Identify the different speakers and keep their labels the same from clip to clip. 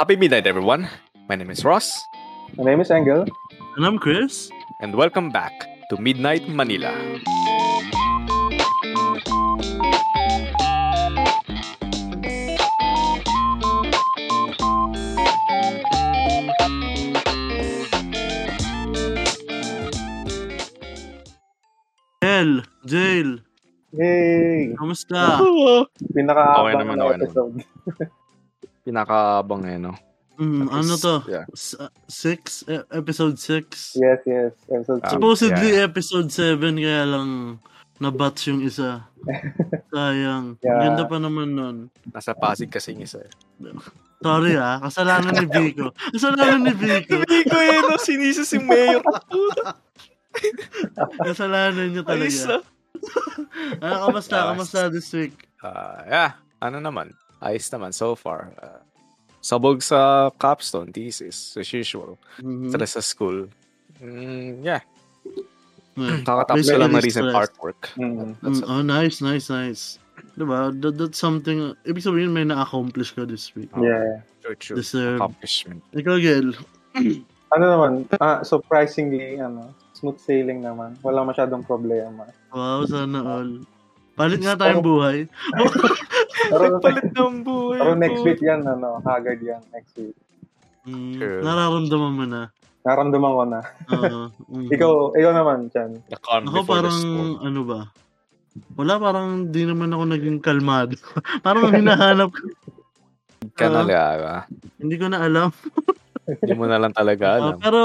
Speaker 1: Happy midnight, everyone. My name is Ross,
Speaker 2: My name is Engel.
Speaker 3: And I'm Chris.
Speaker 1: and welcome back to Midnight Manila.
Speaker 3: L, Jail,
Speaker 2: Yay!
Speaker 3: kamusta?
Speaker 1: Okay naman,
Speaker 2: Pinakaabang na
Speaker 1: okay naman.
Speaker 2: episode.
Speaker 1: Pinakabang eh, no?
Speaker 3: Mm,
Speaker 1: At
Speaker 3: ano
Speaker 1: least,
Speaker 3: to?
Speaker 1: yeah.
Speaker 3: S- uh, six? E- episode 6?
Speaker 2: Yes, yes. Episode
Speaker 1: Ah.
Speaker 2: two.
Speaker 3: Supposedly episode 7 kaya lang nabats yung isa. Sayang. Ang
Speaker 2: Yeah.
Speaker 3: Ganda pa naman nun.
Speaker 1: Nasa Pasig kasi yung isa. eh.
Speaker 3: Sorry ah, kasalanan ni Vico. Kasalanan ni Vico.
Speaker 1: Hindi ko eh, no? Sinisa si Mayo.
Speaker 3: Kasalanan niya talaga. Ah,
Speaker 1: Ah,
Speaker 3: kamusta? Kamusta this week?
Speaker 1: Ah, yeah, ano naman. Ayos naman so far. Ah, sabog sa capstone thesis, as usual.
Speaker 3: Mhm.
Speaker 1: Tara sa school. Mm, yeah,
Speaker 3: Mm.
Speaker 1: kakatapos ko
Speaker 3: Basically,
Speaker 1: lang ng recent
Speaker 3: stressed.
Speaker 1: artwork.
Speaker 2: Mm.
Speaker 1: That's
Speaker 3: Mm, oh, nice, nice, nice. Diba? That, that's something, ibig sabihin may na-accomplish ka this
Speaker 1: Ah.
Speaker 3: week.
Speaker 2: Yeah.
Speaker 1: True, true.
Speaker 3: Deserve.
Speaker 1: Accomplishment.
Speaker 3: Ikaw, Gel.
Speaker 2: Ano naman, ah, surprisingly, ano, smooth sailing naman. Wala masyadong problema.
Speaker 3: Wow, sana all. Palit nga tayong buhay.
Speaker 2: Pero,
Speaker 1: ng buhay
Speaker 2: pero next week yan, ano, haggard yan, next week.
Speaker 3: Mm,
Speaker 1: True.
Speaker 3: nararamdaman mo na.
Speaker 2: Naramdaman ko na.
Speaker 3: Oo. mm.
Speaker 2: Ikaw, ikaw naman, Chan.
Speaker 1: The calm
Speaker 3: Ako
Speaker 1: before
Speaker 3: parang,
Speaker 1: the storm.
Speaker 3: ano ba? Wala, parang di naman ako naging kalmado. parang hinahanap ko.
Speaker 1: Ka na
Speaker 3: Ah.
Speaker 1: laga.
Speaker 3: Hindi ko na alam.
Speaker 1: Hindi mo na lang talaga alam.
Speaker 3: Ah, pero,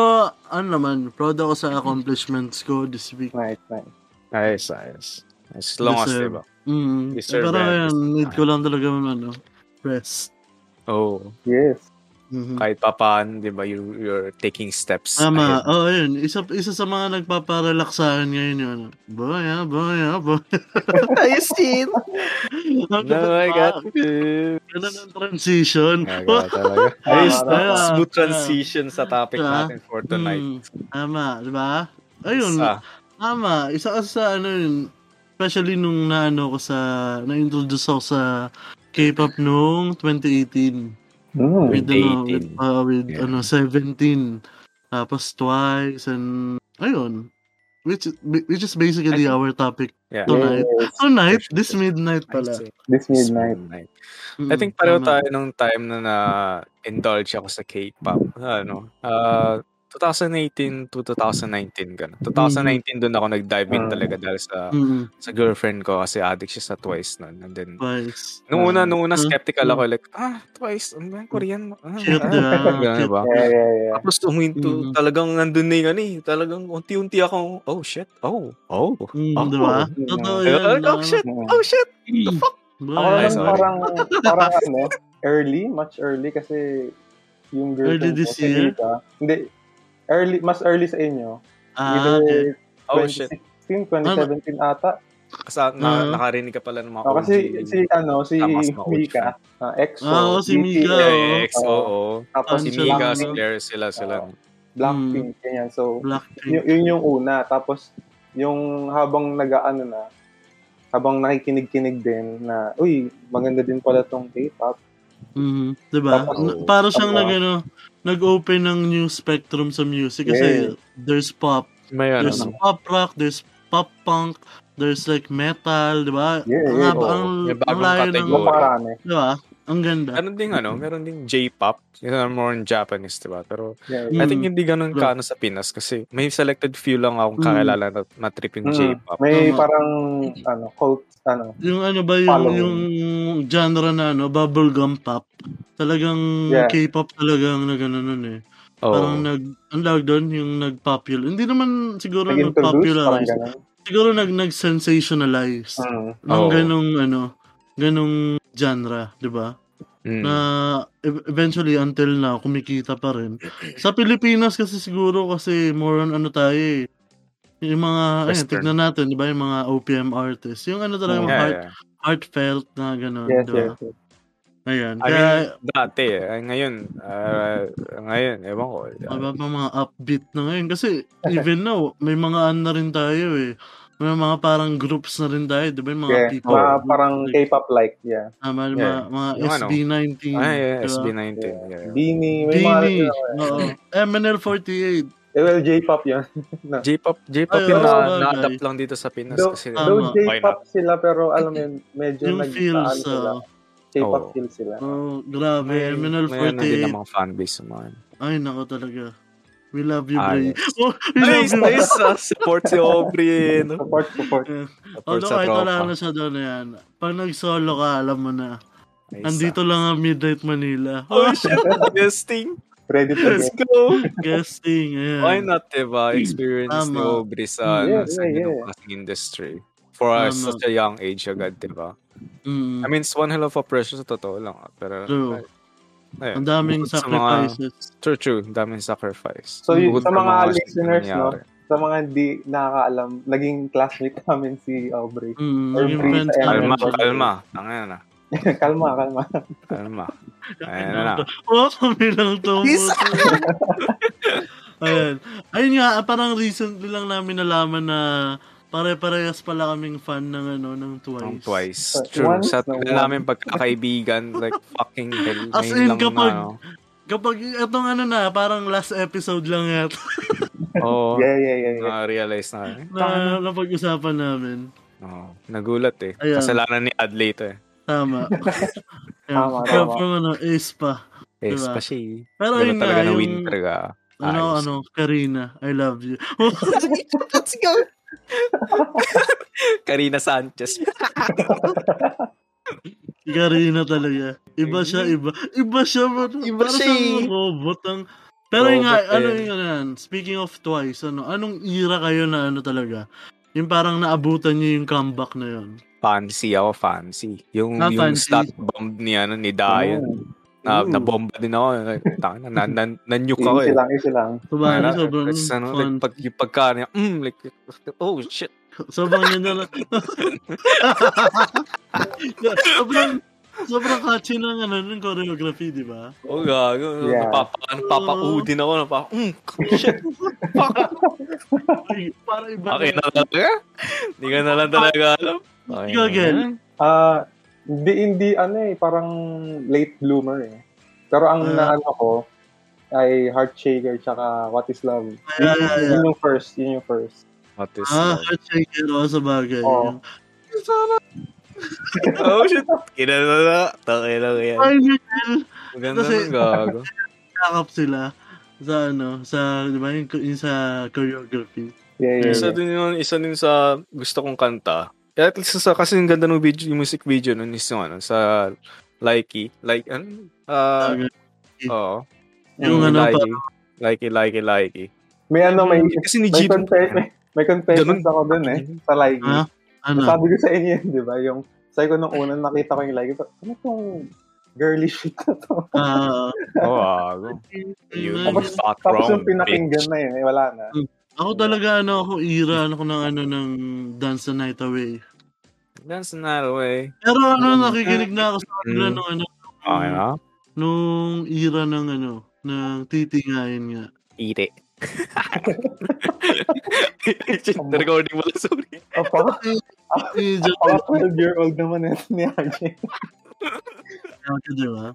Speaker 3: ano naman, proud ako sa accomplishments ko this week.
Speaker 2: Nice, nice.
Speaker 1: Ayos, ayos. As long as,
Speaker 3: Deserve.
Speaker 1: diba?
Speaker 3: Mm.
Speaker 1: Deserve
Speaker 3: Pero
Speaker 1: it.
Speaker 3: yan, need ko lang talaga ano, rest.
Speaker 1: Oo. Oh,
Speaker 2: Yes.
Speaker 3: Mhm.
Speaker 1: kahit pa paano, diba, you, you're taking steps.
Speaker 3: Tama.
Speaker 1: ahead.
Speaker 3: Oo, oh, yun. Isa, isa sa mga nagpaparelax sa akin ngayon ano, yun. Boya, boya, boya. Ayos din.
Speaker 1: No, I got you.
Speaker 3: Ganun ang transition.
Speaker 1: Gaga talaga. Ayos
Speaker 2: Tama,
Speaker 1: na.
Speaker 3: tama.
Speaker 1: Smooth transition sa topic
Speaker 3: Ah.
Speaker 1: natin for tonight.
Speaker 3: Hmm, tama, di ba? Mm, Ayun,
Speaker 1: Sa-
Speaker 3: tama. Isa ka sa ano yun, especially nung naano ko sa, na-introduce ako sa K-pop noong 2018.
Speaker 2: Mm.
Speaker 3: With,
Speaker 1: 2018.
Speaker 3: ano, with, uh, with
Speaker 1: Yeah.
Speaker 3: ano, 17. Tapos twice and, ayun. Which, which is basically
Speaker 1: I think-
Speaker 3: our topic
Speaker 1: yeah.
Speaker 3: Tonight.
Speaker 2: Yes.
Speaker 3: Tonight, this midnight pala.
Speaker 1: Ayos eh.
Speaker 2: This midnight.
Speaker 1: Midnight.
Speaker 3: Mm,
Speaker 1: I think pareho
Speaker 3: tama.
Speaker 1: tayo nung time na na-indulge ako sa K-pop. Ano? Ah, 2018 to 2019 ganun. 2019 doon ako nag-dive in
Speaker 2: Ah.
Speaker 1: talaga dahil sa
Speaker 3: Mm,
Speaker 1: sa girlfriend ko kasi addict siya sa Twice nun. And then,
Speaker 3: twice.
Speaker 1: nung una,
Speaker 2: Ah.
Speaker 1: nung una,
Speaker 3: Ah.
Speaker 1: skeptical ako. Like, ah, Twice, ano ba, Korean? Ah,
Speaker 3: Cute
Speaker 1: ah,
Speaker 3: na.
Speaker 1: ganun,
Speaker 3: Cute.
Speaker 1: diba?
Speaker 2: Yeah, yeah, yeah.
Speaker 1: Tapos tuminto,
Speaker 3: Mm.
Speaker 1: talagang nandun na yung ano eh. Talagang unti-unti akong, oh shit, oh, oh,
Speaker 3: Mm,
Speaker 1: oh.
Speaker 3: diba?
Speaker 2: Mm.
Speaker 3: Totoo
Speaker 1: Eh,
Speaker 3: yan.
Speaker 1: oh, oh, shit,
Speaker 2: Mm.
Speaker 1: oh shit.
Speaker 2: Ako
Speaker 1: Ay,
Speaker 2: naman
Speaker 1: sorry.
Speaker 2: parang, parang ano, early, much early kasi yung girl
Speaker 3: Early
Speaker 2: ko,
Speaker 3: this
Speaker 2: si
Speaker 3: year?
Speaker 2: Rita, hindi, early, mas early sa inyo.
Speaker 3: Ah, okay.
Speaker 2: Either
Speaker 1: Oh shit.
Speaker 2: 2016, 2017 ata.
Speaker 1: Kasi na,
Speaker 3: Ah.
Speaker 1: nakarinig ka pala ng mga OG.
Speaker 2: Oh, kasi si, ano, si
Speaker 1: Ah, mas mga OG
Speaker 2: Mika, ah, EXO,
Speaker 3: Ah, oo, si
Speaker 2: BTS,
Speaker 3: Mika, oh.
Speaker 1: Yeah,
Speaker 3: oo.
Speaker 1: yeah, ex, oo.
Speaker 2: tapos
Speaker 1: Si
Speaker 3: Ano
Speaker 2: Blackpink,
Speaker 1: Mika, si Claire, sila, sila.
Speaker 3: Hmm.
Speaker 2: Blackpink, ganyan. So,
Speaker 3: Blackpink.
Speaker 2: yun, yun yung una. Tapos, yung habang nag-ano na, habang nakikinig-kinig din na, uy, maganda din pala tong K-pop.
Speaker 3: Mhm. Diba?
Speaker 2: Tama.
Speaker 3: Na- Para siyang
Speaker 2: Tama.
Speaker 3: nag, ano, nag-open ng new spectrum sa music. Kasi there's pop.
Speaker 1: May ano,
Speaker 3: There's pop rock. There's pop punk. There's like metal, di ba?
Speaker 2: Yeah,
Speaker 3: ang
Speaker 2: yeah,
Speaker 3: haba,
Speaker 1: oo.
Speaker 3: ang,
Speaker 1: May
Speaker 3: ang
Speaker 1: bagong
Speaker 3: layo ng,
Speaker 1: Oo. category.
Speaker 2: Maparami.
Speaker 3: di ba? Ang ganda.
Speaker 1: Meron ding ano, meron ding J-pop. Yun more on Japanese, diba? Pero
Speaker 2: Yeah,
Speaker 1: I
Speaker 3: Mm.
Speaker 1: think hindi ganun
Speaker 3: Diba?
Speaker 1: kaano sa Pinas kasi may selected few lang akong
Speaker 3: Mm.
Speaker 1: kakilala na, na trip yung
Speaker 2: Mm,
Speaker 1: J-pop.
Speaker 2: May
Speaker 3: Tama.
Speaker 2: parang ano, cult ano.
Speaker 3: Yung ano ba yung,
Speaker 2: Follow.
Speaker 3: yung genre na ano, bubblegum pop. Talagang
Speaker 2: Yeah.
Speaker 3: K-pop talagang nag ano nun eh.
Speaker 1: Oo.
Speaker 3: Parang nag ang tawag doon yung nag-popular. Hindi naman siguro
Speaker 2: Nag-introduce parang
Speaker 3: nag-popularize.
Speaker 2: ganun.
Speaker 3: Siguro nag nag-sensationalize
Speaker 2: Mm.
Speaker 3: ng
Speaker 1: Ah, Oo.
Speaker 3: ganong ano, ganong genre, 'di ba?
Speaker 1: Mm.
Speaker 3: Na e- eventually until na kumikita pa rin. Sa Pilipinas kasi siguro kasi more on ano tayo eh. Yung mga, ayun,
Speaker 1: Western.
Speaker 3: tignan natin, di ba, yung mga OPM artists. Yung ano talaga,
Speaker 2: Mm.
Speaker 3: mga
Speaker 1: yeah,
Speaker 3: heart,
Speaker 1: yeah.
Speaker 3: heartfelt na gano'n.
Speaker 2: Yes,
Speaker 3: di ba?
Speaker 2: yes. yes.
Speaker 3: Ayan.
Speaker 1: I
Speaker 3: Kaya,
Speaker 1: mean, dati, eh. ngayon, ah, ngayon, ewan ko.
Speaker 3: ano ba, mga upbeat na ngayon. Kasi even now, may mga ano na rin tayo eh. May mga parang groups na rin tayo, di ba? Yung mga
Speaker 2: Yeah,
Speaker 3: people.
Speaker 2: mga
Speaker 3: groups,
Speaker 2: parang
Speaker 3: like,
Speaker 2: K-pop like, yeah.
Speaker 3: tama,
Speaker 1: yeah.
Speaker 3: yung mga, mga
Speaker 1: Yung ano?
Speaker 3: SB19.
Speaker 1: Ah, yeah,
Speaker 3: di ba?
Speaker 1: SB19.
Speaker 2: Yeah.
Speaker 1: Yeah. yeah.
Speaker 2: Beanie, may mga,
Speaker 3: Dini. Oo. MNL48.
Speaker 2: eh, well, J-pop yun.
Speaker 1: J-pop, J-pop
Speaker 3: Ay,
Speaker 1: yung
Speaker 3: oo,
Speaker 1: na,
Speaker 3: bagay. um,
Speaker 1: na-adapt lang dito sa Pinas
Speaker 2: Though,
Speaker 1: kasi
Speaker 3: Tama.
Speaker 2: though
Speaker 1: Why
Speaker 2: J-pop sila, pero alam mo yun, medyo
Speaker 3: Yung feels.
Speaker 2: nag-ano sila.
Speaker 3: Uh,
Speaker 2: K-pop
Speaker 1: Oo.
Speaker 2: feels sila.
Speaker 3: oh, grabe.
Speaker 1: Mayroon na ano din
Speaker 3: MNL48.
Speaker 1: ang mga fanbase naman.
Speaker 3: Ay, nako talaga. We love you,
Speaker 1: Ah,
Speaker 3: Bray.
Speaker 1: yes.
Speaker 3: Oh, we love
Speaker 1: Nice,
Speaker 3: you.
Speaker 1: nice. ah, support si Aubrey. eh, No?
Speaker 2: Support, support.
Speaker 1: Support
Speaker 3: Although
Speaker 1: sa
Speaker 3: kahit wala
Speaker 1: tropa.
Speaker 3: na siya doon na yan. Pag nag-solo ka, alam mo na.
Speaker 1: Nice,
Speaker 3: Andito lang ang Midnight Manila.
Speaker 1: ah. Oh, shit. Guesting.
Speaker 2: Ready to
Speaker 1: Let's
Speaker 2: go.
Speaker 1: go.
Speaker 3: Guesting. Ayan.
Speaker 1: Why not, diba? Experience ni
Speaker 3: Tama.
Speaker 1: Aubrey sa, ano,
Speaker 2: Yeah,
Speaker 1: sa
Speaker 2: yeah, yeah.
Speaker 1: ganung industry. For
Speaker 3: Tama.
Speaker 1: us, such a young age agad, diba? I
Speaker 3: Mm.
Speaker 1: mean, it's one hell of a pressure sa totoo lang. ah, Pero,
Speaker 3: True.
Speaker 1: ayun.
Speaker 3: Ang daming
Speaker 1: Bukod sa mga-
Speaker 3: sacrifices.
Speaker 1: True, true. Ang daming sacrifice.
Speaker 2: So, yun,
Speaker 1: Bukod
Speaker 2: sa mga
Speaker 1: shit na
Speaker 2: listeners, no?
Speaker 1: nangyari.
Speaker 2: Sa mga hindi nakakaalam, naging classmate namin si Aubrey.
Speaker 3: Mm,
Speaker 2: Or
Speaker 3: yung
Speaker 2: free
Speaker 3: friends
Speaker 2: sa
Speaker 1: Kalma,
Speaker 3: namin.
Speaker 1: kalma. Tangina na.
Speaker 2: kalma, kalma.
Speaker 1: Kalma. Ayan na.
Speaker 3: Oo, kami lang to. Ayan. Ayun nga, ah, parang recently lang namin nalaman na pare-parehas pala kaming fan ng ano, ng Twice.
Speaker 1: Ang twice.
Speaker 2: So,
Speaker 1: True.
Speaker 2: once
Speaker 1: Sa
Speaker 2: na
Speaker 1: tagal
Speaker 2: once.
Speaker 1: namin pagkakaibigan, like, fucking hell.
Speaker 3: As
Speaker 1: Ngayon
Speaker 3: in,
Speaker 1: lang,
Speaker 3: kapag-
Speaker 1: ano.
Speaker 3: Kapag itong ano na, parang last episode lang yata
Speaker 1: Oo.
Speaker 3: Oh.
Speaker 2: Yeah, yeah, yeah. yeah.
Speaker 1: Na-realize na. eh.
Speaker 3: na napag-usapan namin.
Speaker 1: Oo. Nagulat eh.
Speaker 3: Ayan.
Speaker 1: Kasalanan ni Ad late eh.
Speaker 3: Tama.
Speaker 2: Tama,
Speaker 3: From,
Speaker 2: tama.
Speaker 3: from ano, Ace pa.
Speaker 1: Eh,
Speaker 3: Diba?
Speaker 1: kasi,
Speaker 3: Pero
Speaker 1: Pero
Speaker 3: yun
Speaker 1: talaga
Speaker 3: nga,
Speaker 1: na
Speaker 3: yung,
Speaker 1: winter ka.
Speaker 3: ano,
Speaker 1: Ayos.
Speaker 3: ano, Karina, I love you.
Speaker 1: Let's go! Karina Sanchez.
Speaker 3: Si Karina talaga. Iba siya, iba. Iba siya, but
Speaker 1: Iba
Speaker 3: para
Speaker 1: siya,
Speaker 3: siyang
Speaker 1: eh.
Speaker 3: robot ang... Pero yun nga,
Speaker 1: Robot,
Speaker 3: ano
Speaker 1: eh.
Speaker 3: yun nga yan, speaking of twice, ano, anong era kayo na ano talaga? Yung parang naabutan niyo yung comeback na yun.
Speaker 1: fancy ako, fancy. Yung,
Speaker 3: Ah,
Speaker 1: yung
Speaker 3: fancy.
Speaker 1: stat bomb ni, ano, ni Dayan.
Speaker 2: Mm,
Speaker 1: Na,
Speaker 2: Ooh.
Speaker 1: nabomba din ako. Like, tangin na, na, na, nanyuk ako
Speaker 2: Easy
Speaker 1: eh.
Speaker 2: lang, easy lang.
Speaker 3: Sobrang,
Speaker 1: Ano,
Speaker 3: sobrang
Speaker 1: tapos ano,
Speaker 3: fun.
Speaker 1: like, pag, yung pagka niya, mm, like, oh shit.
Speaker 3: Sobrang yun na lang. sobrang, sobrang catchy ng ano, ng choreography, di ba?
Speaker 1: Oh gago.
Speaker 2: Yeah.
Speaker 1: Napapa, napapaudin ako. Napapa, mm, shit.
Speaker 3: Ay, Para iba
Speaker 1: Okay
Speaker 3: na.
Speaker 1: na talaga? Hindi ka na lang talaga alam. Okay
Speaker 3: Ikaw,
Speaker 1: na.
Speaker 3: Gel.
Speaker 2: Ah, hindi hindi ano eh, parang late bloomer eh. Pero ang
Speaker 3: Ah.
Speaker 2: naano ko ay Heart Shaker tsaka What is Love.
Speaker 1: Ah,
Speaker 3: Ay, ay, ay, ay.
Speaker 2: Yun yung first, yun yung first.
Speaker 1: What is
Speaker 3: Ah,
Speaker 1: love?
Speaker 3: heart shaker, oh, sa bagay.
Speaker 2: Oo.
Speaker 1: Oh shit. Kina na na. Takay na yan.
Speaker 3: Ay, Michelle,
Speaker 1: Maganda
Speaker 3: kasi-
Speaker 1: nun gago.
Speaker 3: nakakap sila sa ano, sa, di ba, yung, yung sa choreography.
Speaker 2: Yeah, yeah,
Speaker 1: Isa
Speaker 2: yeah.
Speaker 1: din yun, isa din sa gusto kong kanta. Kaya at least sa, kasi yung ganda ng video, yung music video nun is yung ano, sa Likey. Like, ano? Ah, oo.
Speaker 3: Yung ano,
Speaker 1: Likey. Likey, likey, likey.
Speaker 2: Mm. May ano, may,
Speaker 1: Kasi ni
Speaker 2: may,
Speaker 1: Jeep.
Speaker 2: confes- may, may confessions ako dun eh, sa Liggy.
Speaker 1: mm. Ah,
Speaker 3: Ha? Ano?
Speaker 2: Sabi ko sa inyo yun, di ba? Yung, sabi ko nung unang nakita ko yung Liggy, ano itong girly shit na to?
Speaker 3: Ah,
Speaker 1: Oo, gago. You
Speaker 3: Ako-
Speaker 2: Tapos
Speaker 1: background,
Speaker 2: yung pinakinggan
Speaker 1: bitch.
Speaker 2: na yun, eh, wala na.
Speaker 3: ako talaga, ano, ako ira, ako ng, ano, ng Dance the Night Away.
Speaker 1: That's not the way.
Speaker 3: Pero, ano,
Speaker 2: Mm.
Speaker 3: nakikinig na ako sa kanila
Speaker 1: Mm.
Speaker 3: nung, ano,
Speaker 1: Okay na?
Speaker 3: nung ira ng, ano, ng titingayin nga.
Speaker 1: Ire. Shit, recording mo lang, sorry.
Speaker 2: Opo,
Speaker 3: Eh, Diyan
Speaker 2: pang 12-year-old naman yun ni RJ.
Speaker 3: ka, di ba?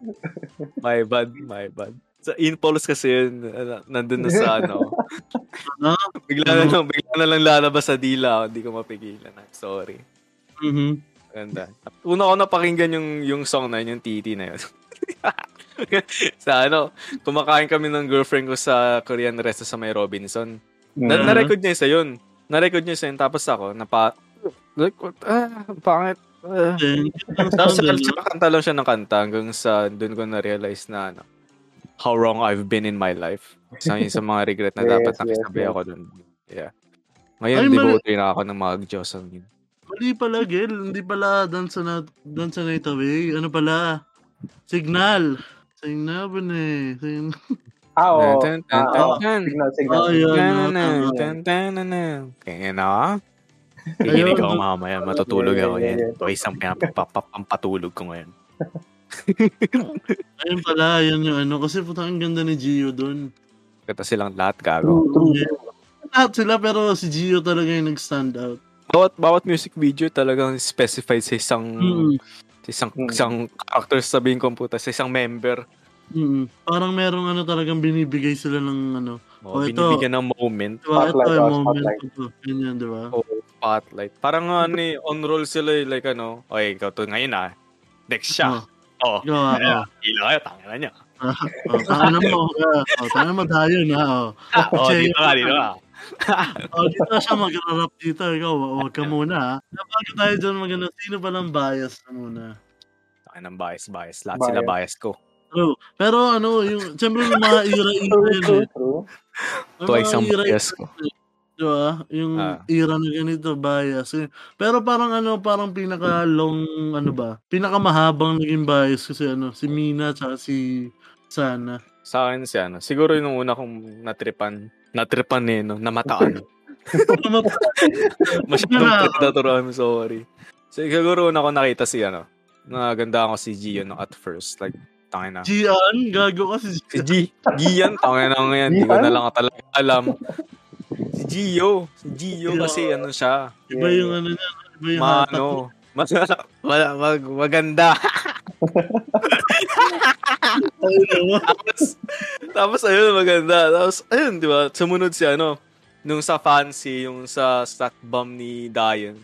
Speaker 1: My bad, my bad. Sa Impulse kasi yun, ano, nandun na sa ano.
Speaker 3: Ano?
Speaker 1: bigla na lang, bigla na lang lalabas sa dila, hindi ko mapigilan. I'm sorry.
Speaker 3: Mhm.
Speaker 1: Ganda. Una ko napakinggan yung, yung song na yun, yung titi na yun. sa ano, kumakain kami ng girlfriend ko sa Korean resto sa may Robinson. Na,
Speaker 3: Mhm.
Speaker 1: Na-record niya isa yun. Na-record niya isa yun. Tapos ako, napa... Like, what? Ah, pangit. Ah.
Speaker 3: Then, ang
Speaker 1: Tapos
Speaker 3: sound, ano?
Speaker 1: kanta lang siya ng kanta hanggang sa doon ko na-realize na ano, how wrong I've been in my life. Sa yun sa mga regret na
Speaker 2: Yes,
Speaker 1: dapat
Speaker 2: yes,
Speaker 1: nakisabi
Speaker 2: yes.
Speaker 1: ako doon. Yeah. Ngayon,
Speaker 3: Ay, mali-
Speaker 1: devoted na ako ng mga Diyosan yun.
Speaker 3: Mali pala, Gil. Hindi pala Dance na Dance na Night Away. Ano pala? Signal. Signal ba na eh. Sign-
Speaker 2: Ah, oo.
Speaker 1: Tan, tan,
Speaker 2: Ah,
Speaker 1: tan,
Speaker 2: oo.
Speaker 1: tan.
Speaker 2: Signal,
Speaker 3: Oh,
Speaker 2: signal.
Speaker 3: yun.
Speaker 1: Tan,
Speaker 3: no, tama.
Speaker 1: tan, tan, tan, tan, tan. Kaya na, Kikinig
Speaker 3: Ayun.
Speaker 1: ako mamaya, matutulog
Speaker 2: Yeah,
Speaker 1: ako
Speaker 2: yeah,
Speaker 1: yan.
Speaker 2: yeah.
Speaker 1: Twice ang pinapampatulog ko ngayon.
Speaker 3: Ayun pala, yun yung ano. Kasi puta ang ganda ni Gio dun.
Speaker 1: Kata silang lahat gago.
Speaker 3: Mm.
Speaker 2: True, true.
Speaker 3: Lahat sila pero si Gio talaga yung nag-stand out.
Speaker 1: bawat bawat music video talagang specified sa isang
Speaker 3: Mm,
Speaker 1: sa isang
Speaker 2: Mm.
Speaker 1: isang actor sabihin ko po sa isang member.
Speaker 3: mm. Parang merong ano talagang binibigay sila ng ano.
Speaker 1: Oh,
Speaker 3: Oh, ito.
Speaker 1: binibigyan ng moment
Speaker 3: Diba? Ito
Speaker 2: Spotlight,
Speaker 3: yung
Speaker 2: oh,
Speaker 3: moment
Speaker 2: spotlight.
Speaker 3: ko to. Ganyan, diba?
Speaker 1: o spotlight. Parang ano eh, on roll sila eh, like ano, okay, ikaw to ngayon ah. Next
Speaker 3: Ah.
Speaker 1: siya. Oh,
Speaker 3: Gawa ko.
Speaker 1: ilaw kayo, tanga na niya.
Speaker 3: ah, Oh, Tangan mo. ah. Oh, tangan mo tayo na. Oh.
Speaker 1: Ah, oh,
Speaker 3: Check.
Speaker 1: dito ka, dito ka.
Speaker 3: Oh, dito na siya mag-rap dito. Ikaw, huwag ka muna. ah. Bago tayo dyan maganda, sino ba lang bias na muna?
Speaker 1: Tanga ng bias, bias. Lahat sila
Speaker 2: Bias.
Speaker 1: bias ko.
Speaker 3: True. Pero ano, yung, siyempre may mga
Speaker 2: True,
Speaker 3: era-era yun
Speaker 2: true,
Speaker 3: eh.
Speaker 2: true.
Speaker 3: May
Speaker 1: Twice
Speaker 3: mga
Speaker 1: ang
Speaker 3: era-era
Speaker 1: bias ko.
Speaker 3: Diba? Yung
Speaker 1: Ah.
Speaker 3: era na ganito, bias. Eh, Pero parang ano, parang pinaka-long, ano ba? Pinaka-mahabang naging bias kasi ano, si Mina tsaka si Sana.
Speaker 1: Sa akin si ano, siguro yung una kong natripan, natripan eh, no? namataan.
Speaker 3: Ano
Speaker 1: Masyadong predator, I'm sorry. So, siguro una ko nakita si ano, naganda ako si Gio no, at first. Like, tangin na.
Speaker 3: Gian, gago kasi si
Speaker 1: Si G, Gian, tangin na ako ngayon. Hindi ko
Speaker 2: Gian?
Speaker 1: na lang talaga alam. Si Gio, si Gio kasi ano siya,
Speaker 3: Iba
Speaker 2: Yeah,
Speaker 3: yung ano niya, iba yung hatak niya.
Speaker 1: maano, mas, ma- mag, maganda.
Speaker 3: Ay, ano,
Speaker 1: tapos, tapos ayun, maganda. Tapos, ayun, di ba? Sumunod si ano, nung sa fancy, yung sa stat bomb ni Diane.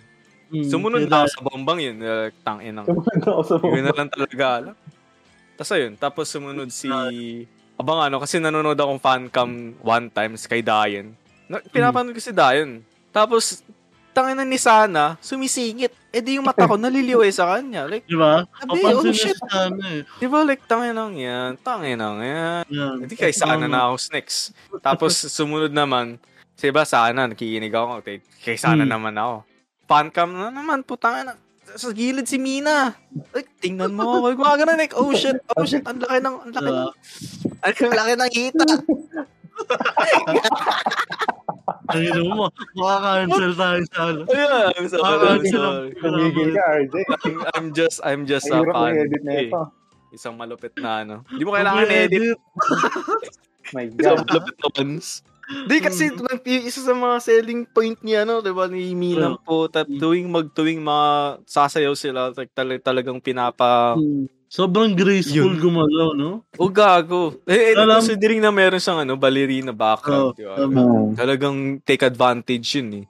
Speaker 3: mm,
Speaker 1: Sumunod
Speaker 3: kaya-
Speaker 1: na ako sa bombang yun. eh, Tangin ng.
Speaker 2: Sumunod ako ano, sa
Speaker 1: Yun na lang talaga alam. Tapos ayun, tapos sumunod si... Abang ano, kasi nanonood akong fancam one times kay Diane. Na, pinapanood ko si Diane. Tapos, tangin na ni Sana, sumisingit. Eh di yung mata ko, naliliway sa kanya. Like,
Speaker 3: Diba?
Speaker 1: sabi, oh,
Speaker 3: Papansin niya
Speaker 1: shit.
Speaker 3: si Sana eh.
Speaker 1: Di ba, like, tangin lang yan. Tangin lang yan.
Speaker 3: Yan.
Speaker 1: Hindi kay sana na ako next. Tapos sumunod naman, sa iba sana, nakikinig ako. Kay, kay sana
Speaker 3: Hmm.
Speaker 1: naman ako. Fancam na naman, putangin na. Sa gilid si Mina. Like, tingnan mo ako. Gumagana na, like, oh shit, oh shit, ang laki ng, ang laki ng, ang laki ng hita.
Speaker 3: Ay, ano mo, makaka-cancel tayo sa ano.
Speaker 1: Ayun, I'm sorry, I'm sorry.
Speaker 2: Kumigil ka, RJ.
Speaker 1: I'm- I'm just, I'm just a
Speaker 2: Ang hirap
Speaker 1: fan.
Speaker 2: ng edit na
Speaker 1: Eh,
Speaker 2: ito.
Speaker 1: isang malupit na ano. Hindi mo kailangan edit.
Speaker 2: My
Speaker 1: Isang
Speaker 2: God.
Speaker 1: malupit na ones. Di kasi
Speaker 3: Hmm.
Speaker 1: nag- y- isa sa mga selling point niya ano, 'di ba ni Milan po tap
Speaker 3: Mm.
Speaker 1: tuwing magtuwing mga sasayaw sila like, tal- talagang pinapa
Speaker 3: Hmm. Sobrang graceful gumalaw, no?
Speaker 1: o gago. Eh, eh
Speaker 3: Alam-
Speaker 1: considering na meron siyang ano ballerina background,
Speaker 3: Oh,
Speaker 1: 'di ba?
Speaker 3: tama.
Speaker 2: Hmm.
Speaker 1: Talagang take advantage 'yun eh.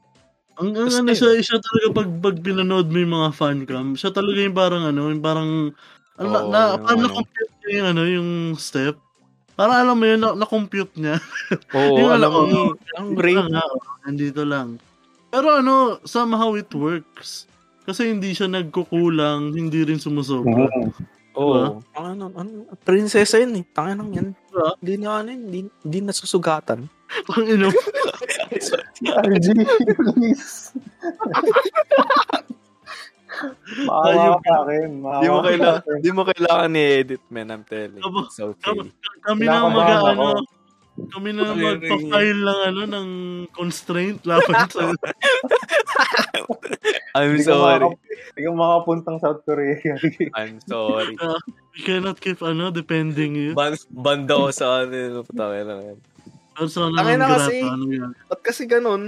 Speaker 3: Ang, ang
Speaker 1: Basta
Speaker 3: ano
Speaker 1: yun.
Speaker 3: siya, siya talaga pag, pag pinanood mo yung mga fan cam, siya talaga yung parang ano, yung parang, ano,
Speaker 1: Oo,
Speaker 3: na,
Speaker 1: yung
Speaker 3: parang
Speaker 1: ano.
Speaker 3: na-compute niya yung ano, yung step. Para alam mo yun, na, na-compute niya.
Speaker 1: Oo,
Speaker 3: Yung
Speaker 1: alam mo,
Speaker 3: ano,
Speaker 1: ang
Speaker 3: Dito
Speaker 1: rate.
Speaker 3: lang, ha, oh, nandito lang. Pero ano, somehow it works. Kasi hindi siya nagkukulang, hindi rin sumusobra.
Speaker 2: Hmm.
Speaker 1: Oo. Ano, ano, prinsesa 'yun eh. Tanga nang 'yan.
Speaker 3: Diba?
Speaker 1: Hindi na ano, yun, hindi, hindi nasusugatan.
Speaker 3: Ang ino,
Speaker 2: RJ, please. Maawa
Speaker 3: Ayun.
Speaker 2: ka akin. Maawa
Speaker 1: Hindi mo
Speaker 2: ka
Speaker 1: kailangan,
Speaker 2: akin.
Speaker 1: hindi mo kailangan i-edit, man. I'm telling. you. It's okay.
Speaker 3: kami, kami na ang mag
Speaker 2: Kinakabahan
Speaker 3: ano,
Speaker 2: ako.
Speaker 3: kami na
Speaker 1: Ang
Speaker 3: magpa-file ng ano, ng constraint laban sa
Speaker 1: I'm
Speaker 2: Hindi ka
Speaker 1: sorry.
Speaker 2: makaka- Hindi ka makapuntang South Korea.
Speaker 1: I'm sorry.
Speaker 3: We cannot keep ano, depending you.
Speaker 1: Ban banda ko sa ano. Putangin lang yan.
Speaker 3: Persona
Speaker 1: Tangay
Speaker 3: ng
Speaker 1: na kasi.
Speaker 3: grata, ano yan.
Speaker 1: Ba't kasi ganun?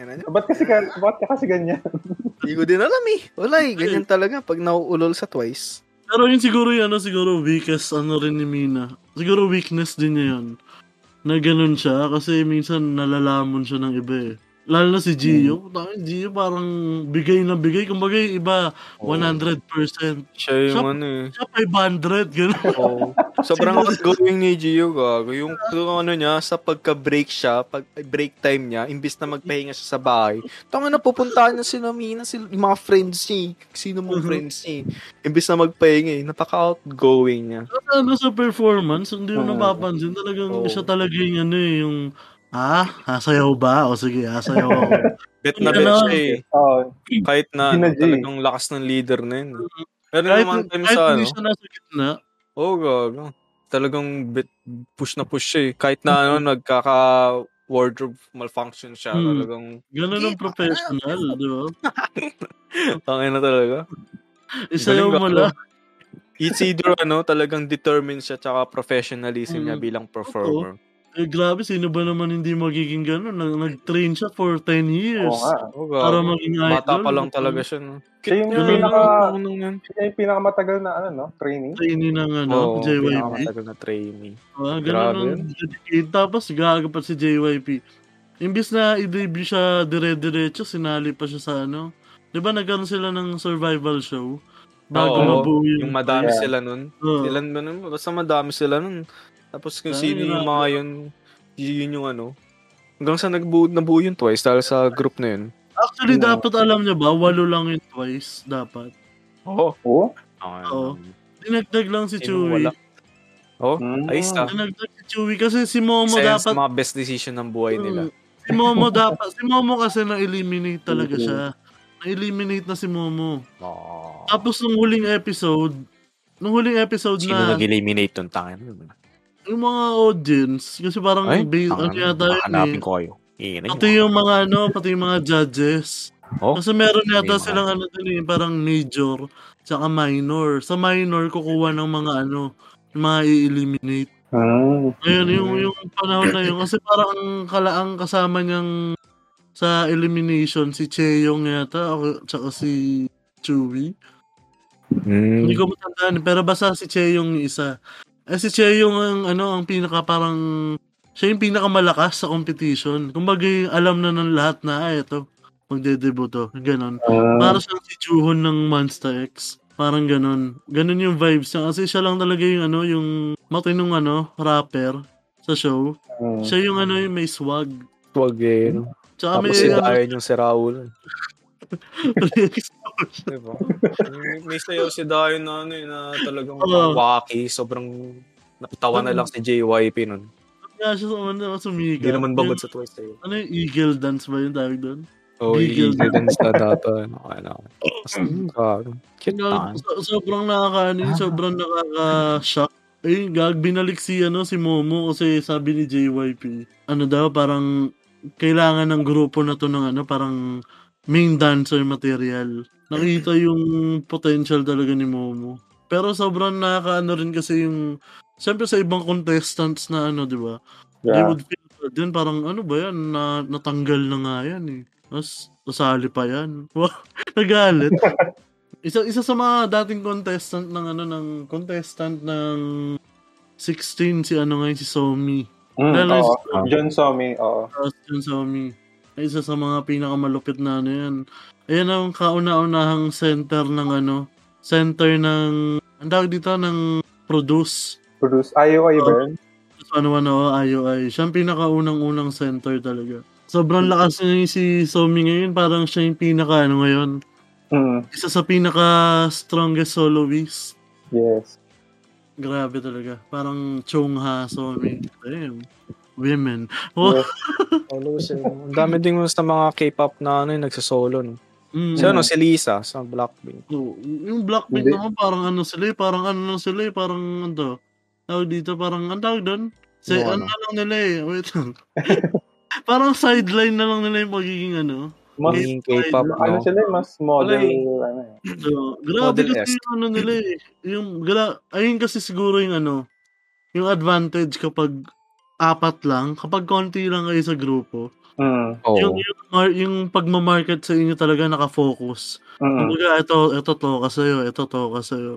Speaker 1: Ayun na
Speaker 2: ba't kasi ka, ba't ka kasi ganyan?
Speaker 1: Hindi ko din alam eh. Wala eh. Ganyan talaga pag nauulol sa twice.
Speaker 3: Pero yun siguro yun, ano, siguro weakest ano rin ni Mina. Siguro weakness din niya yun. Na ganun siya kasi minsan nalalamon siya ng iba eh. Lalo na si Gio. Tangin, Gio parang bigay na bigay. Kumbaga yung iba, 100%.
Speaker 1: Siya yung
Speaker 3: Siya-
Speaker 1: ano eh.
Speaker 3: Siya 500, gano'n.
Speaker 1: Oo. Sobrang outgoing ni Gio gago. Yung, yung ano niya, sa pagka-break siya, pag break time niya, imbis na magpahinga siya sa bahay, tanga na pupuntahan niya sila Mina, sila, yung mga friends niya eh. Sino mong
Speaker 3: Mhm.
Speaker 1: friends niya eh. Imbis na magpahinga eh, napaka-outgoing niya.
Speaker 3: Kasi ano sa performance, hindi mo
Speaker 2: Ah.
Speaker 3: napapansin. Talagang
Speaker 1: Oo.
Speaker 3: siya talaga yung ano eh, yung Ah, asayaw ba? O sige, asayaw ako.
Speaker 1: Bet na bet
Speaker 3: Ganon.
Speaker 1: siya eh.
Speaker 2: Oh, Oo.
Speaker 1: Kahit na ano,
Speaker 2: Sina Jay.
Speaker 1: talagang lakas ng leader na yun. Pero
Speaker 3: Mm-hmm. kahit
Speaker 1: naman time
Speaker 3: kahit
Speaker 1: sa ano,
Speaker 3: hindi siya nasa gitna,
Speaker 1: oh gago. Talagang bit, push na push siya eh. Kahit na ano,
Speaker 3: Mm-hmm.
Speaker 1: nagkaka wardrobe malfunction siya.
Speaker 3: Hmm.
Speaker 1: Talagang,
Speaker 3: Ganun ang professional, di ba? Eh,
Speaker 1: tangin na talaga.
Speaker 3: Isayaw
Speaker 1: Galing
Speaker 3: mo
Speaker 1: ba?
Speaker 3: lang.
Speaker 1: It's either ano, talagang determined siya tsaka professionalism niya
Speaker 3: Mm.
Speaker 1: bilang performer.
Speaker 3: Eh, grabe, sino ba naman hindi magiging ganun? Nag- Nag-train siya for 10 years.
Speaker 2: Oo nga.
Speaker 1: Oh,
Speaker 3: Para mm-hmm. maging idol.
Speaker 1: Bata pa lang talaga siya. No?
Speaker 2: Siya yung
Speaker 1: Cute nga,
Speaker 2: pinaka-
Speaker 1: nung- nung- nung-
Speaker 2: Siya yung pinakamatagal na ano, no? Training.
Speaker 3: Trainee ng
Speaker 1: Oo,
Speaker 3: ano, JYP.
Speaker 1: pinakamatagal na trainee.
Speaker 3: Ah,
Speaker 1: Grabe
Speaker 3: ganun ang dedicate. Tapos gaga pa si JYP. Imbis na i-debut siya dire-diretso, sinali pa siya sa ano. Di ba nagkaroon sila ng survival show? Bago
Speaker 1: Oo,
Speaker 3: mabuo Ah. yung...
Speaker 1: Yung madami
Speaker 2: Yeah.
Speaker 1: sila nun.
Speaker 3: Oo.
Speaker 1: Ilan ba nun? ano, Basta madami sila nun. Tapos kung
Speaker 3: Dami
Speaker 1: sino yung
Speaker 3: na-
Speaker 1: mga yun, yun yung ano. Hanggang sa nagbuo, nabuo yun twice dahil sa group na yun.
Speaker 2: Oo.
Speaker 3: Actually, dapat alam niya ba, walo lang yun twice, dapat.
Speaker 1: Oo.
Speaker 2: Oo.
Speaker 1: Oh.
Speaker 3: Dinagdag lang si Chewie.
Speaker 1: wala. Oo.
Speaker 2: Mm.
Speaker 1: Ay, isa.
Speaker 3: Dinagdag si Chewie kasi si Momo
Speaker 1: Sense
Speaker 3: dapat...
Speaker 1: mga best decision ng buhay nila.
Speaker 3: Mm. Si Momo dapat, si Momo kasi na-eliminate talaga
Speaker 2: Oo.
Speaker 3: siya. Na-eliminate na si Momo.
Speaker 1: Oo.
Speaker 3: Tapos nung huling episode, nung huling episode
Speaker 1: Sino
Speaker 3: na
Speaker 1: nag-eliminate nung tangan?
Speaker 3: yung mga audience, kasi parang
Speaker 1: Ay,
Speaker 3: based
Speaker 1: tangan.
Speaker 3: ano yata yun eh.
Speaker 1: Hanapin ko kayo. Iyan
Speaker 3: Pati yung mga ano, pati yung mga judges.
Speaker 1: Oh.
Speaker 3: Kasi meron yata
Speaker 1: Hindi,
Speaker 3: silang ano dun eh, parang major, tsaka minor. Sa minor, kukuha ng mga ano, yung mga i-eliminate.
Speaker 2: Mm.
Speaker 3: Ayun,
Speaker 1: Mm.
Speaker 3: yung, yung panahon na yun. Kasi parang ang kalaang kasama niyang sa elimination, si Cheyong yata, o, tsaka si Chewie.
Speaker 1: Hmm.
Speaker 3: Hindi ko matandaan, pero basta si Cheyong yung isa. Eh, si Cheyong ang, ano, ang pinaka parang, siya yung pinakamalakas sa competition. Kumbaga, alam na ng lahat na, ah, ito, magde-debut to. Ganon.
Speaker 2: Mm.
Speaker 3: Para
Speaker 1: Ah.
Speaker 3: siyang si Juhon ng Monster X. Parang ganun. Ganun yung vibes niya. Kasi siya lang talaga yung ano, yung matinong ano, rapper sa show.
Speaker 2: Mm.
Speaker 3: Siya yung ano, yung may swag.
Speaker 1: Wag eh.
Speaker 3: Tsaka
Speaker 1: Tapos
Speaker 3: may,
Speaker 1: si
Speaker 3: ano,
Speaker 1: Dayan yung si Raul.
Speaker 3: exposure.
Speaker 1: Diba? May- May sayaw si Dayo na ano eh, na talagang
Speaker 3: Oo.
Speaker 1: wacky. Sobrang napatawa na lang si JYP nun.
Speaker 3: Kaya siya sa ano, sumiga.
Speaker 1: Hindi naman bangod sa twice sa'yo.
Speaker 3: Ano yung eagle dance ba yung tawag doon?
Speaker 1: Oh,
Speaker 3: Bigil.
Speaker 1: hindi din sa data. Ano, ano. Mas- grabe. Cute na.
Speaker 3: So- sobrang nakakaano yun, sobrang nakaka-shock. Ayun, gag, binalik si, ano, si Momo kasi sabi ni JYP, ano daw, parang kailangan ng grupo na to ng ano, parang main dancer material. Nakita yung potential talaga ni Momo. Pero sobrang nakakaano rin kasi yung, siyempre sa ibang contestants na ano, di ba? They
Speaker 2: Yeah.
Speaker 3: would feel bad din, parang ano ba yan, na, natanggal na nga yan eh. Tapos, nasali pa yan. Wow, nagalit. isa, isa sa mga dating contestant ng ano, ng contestant ng 16, si ano ngayon, si Somi.
Speaker 2: Mm,
Speaker 3: Lalo
Speaker 2: oo.
Speaker 1: Ah.
Speaker 3: si-
Speaker 2: John Somi, oo.
Speaker 3: Tapos yun sa Somi. Ay, isa sa mga pinakamalupit na ano yan. Ayan ang kauna-unahang center ng ano, center ng, ang tawag dito, ng produce.
Speaker 2: Produce. Ayo kayo ba? yun?
Speaker 3: So, ano ano, ayo ay. Siya ang pinakaunang-unang center talaga. Sobrang lakas niya yung si Somi ngayon. Parang siya yung pinaka, ano ngayon,
Speaker 2: Mm.
Speaker 3: isa sa pinaka strongest soloist.
Speaker 2: Yes.
Speaker 3: Grabe talaga. Parang Chong Ha, Somi. Damn. Women. Oh,
Speaker 2: Yes.
Speaker 1: eh. Ang dami din mo sa mga K-pop na ano, yung nagsasolo. No?
Speaker 3: mm.
Speaker 1: Si ano, si Lisa sa Blackpink.
Speaker 3: So, yung Blackpink
Speaker 2: Hindi.
Speaker 3: naman parang ano sila eh, parang ano lang sila eh, parang ano to, tawag dito, parang ang tawag doon. Sa,
Speaker 1: Ano,
Speaker 3: ano, lang nila eh, wait lang. parang sideline na lang nila yung pagiging ano.
Speaker 2: Mas,
Speaker 1: Magiging K-pop.
Speaker 2: ano
Speaker 1: Ano?
Speaker 2: sila, eh, mas model,
Speaker 1: Alay.
Speaker 2: ano eh.
Speaker 3: So, grabe
Speaker 1: Model
Speaker 3: kasi yung ano nila eh. Yung, gra- ayun kasi siguro yung ano, yung advantage kapag apat lang, kapag konti lang kayo sa grupo,
Speaker 2: Mm.
Speaker 1: Oo.
Speaker 3: yung, yung, mar- yung pagmamarket sa inyo talaga nakafocus.
Speaker 1: Hmm.
Speaker 2: Mm.
Speaker 3: Kumbaga, ito, ito to ka sa'yo, ito to ka sa'yo.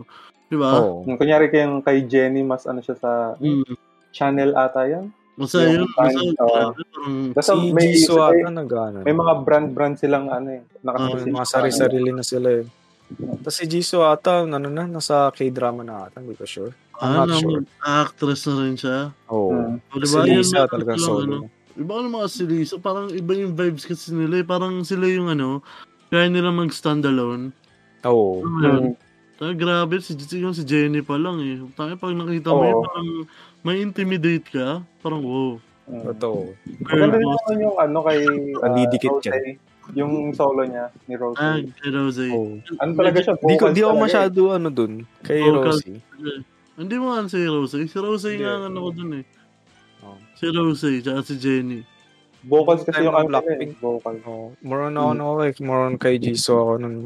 Speaker 3: Diba?
Speaker 1: Oo.
Speaker 2: Yung Kunyari kayong kay Jenny, mas ano siya sa
Speaker 3: Mm.
Speaker 2: channel ata yan.
Speaker 3: Masa yun,
Speaker 2: Yung
Speaker 3: masa
Speaker 2: time,
Speaker 1: ah,
Speaker 3: grabe, parang-
Speaker 2: Basta
Speaker 1: Si
Speaker 2: may,
Speaker 1: Jisoo
Speaker 2: may,
Speaker 1: ata na gano'n.
Speaker 2: may mga brand-brand silang ano eh.
Speaker 1: Oo,
Speaker 2: Nakasasabi.
Speaker 1: mga sari-sarili na sila eh. Tapos si Jisoo ata, ano na, nasa K-drama na ata, hindi ko sure. I'm not
Speaker 3: ano,
Speaker 1: sure.
Speaker 3: actress na rin siya.
Speaker 1: Oo.
Speaker 2: Mm.
Speaker 3: O,
Speaker 1: Si
Speaker 3: diba? Yun,
Speaker 1: Lisa
Speaker 3: meron
Speaker 1: talaga
Speaker 3: silang ano,
Speaker 1: solo.
Speaker 3: Iba ka ng mga series. So, parang iba yung vibes kasi nila. eh. Parang sila yung ano, kaya nila mag-standalone.
Speaker 1: Oo.
Speaker 3: Alam mo yun?
Speaker 2: Mm.
Speaker 3: Tayo, grabe, si, si- yung si Jenny pa lang eh. Tayo, pag nakita mo
Speaker 2: Oo.
Speaker 3: yun, parang may intimidate ka. Parang, wow.
Speaker 2: Mm.
Speaker 1: Totoo. Mm.
Speaker 3: Girl
Speaker 2: Maganda rin
Speaker 3: boss.
Speaker 2: naman yung ano kay ah,
Speaker 1: Nadidikit
Speaker 2: Rose,
Speaker 1: yan.
Speaker 2: eh. Yung solo niya ni Rose.
Speaker 3: Ah, kay Rose.
Speaker 1: Oo.
Speaker 2: ano talaga siya?
Speaker 1: Di ko,
Speaker 2: vocals
Speaker 1: di ako
Speaker 2: talaga eh.
Speaker 1: masyado ano dun. Kay
Speaker 3: Vocal.
Speaker 1: Rosie.
Speaker 3: Hindi mo nga si Rose. Si Rose
Speaker 1: Hindi.
Speaker 3: nga ang ano ko dun eh.
Speaker 1: Oo.
Speaker 3: Si Rose, tsaka si Jenny.
Speaker 2: Vocals kasi
Speaker 1: Time
Speaker 2: yung
Speaker 1: ng
Speaker 2: ano niya eh.
Speaker 1: Blackpink.
Speaker 2: Vocal.
Speaker 1: Oh, more on ako no, like, more on kay Jisoo ako nung,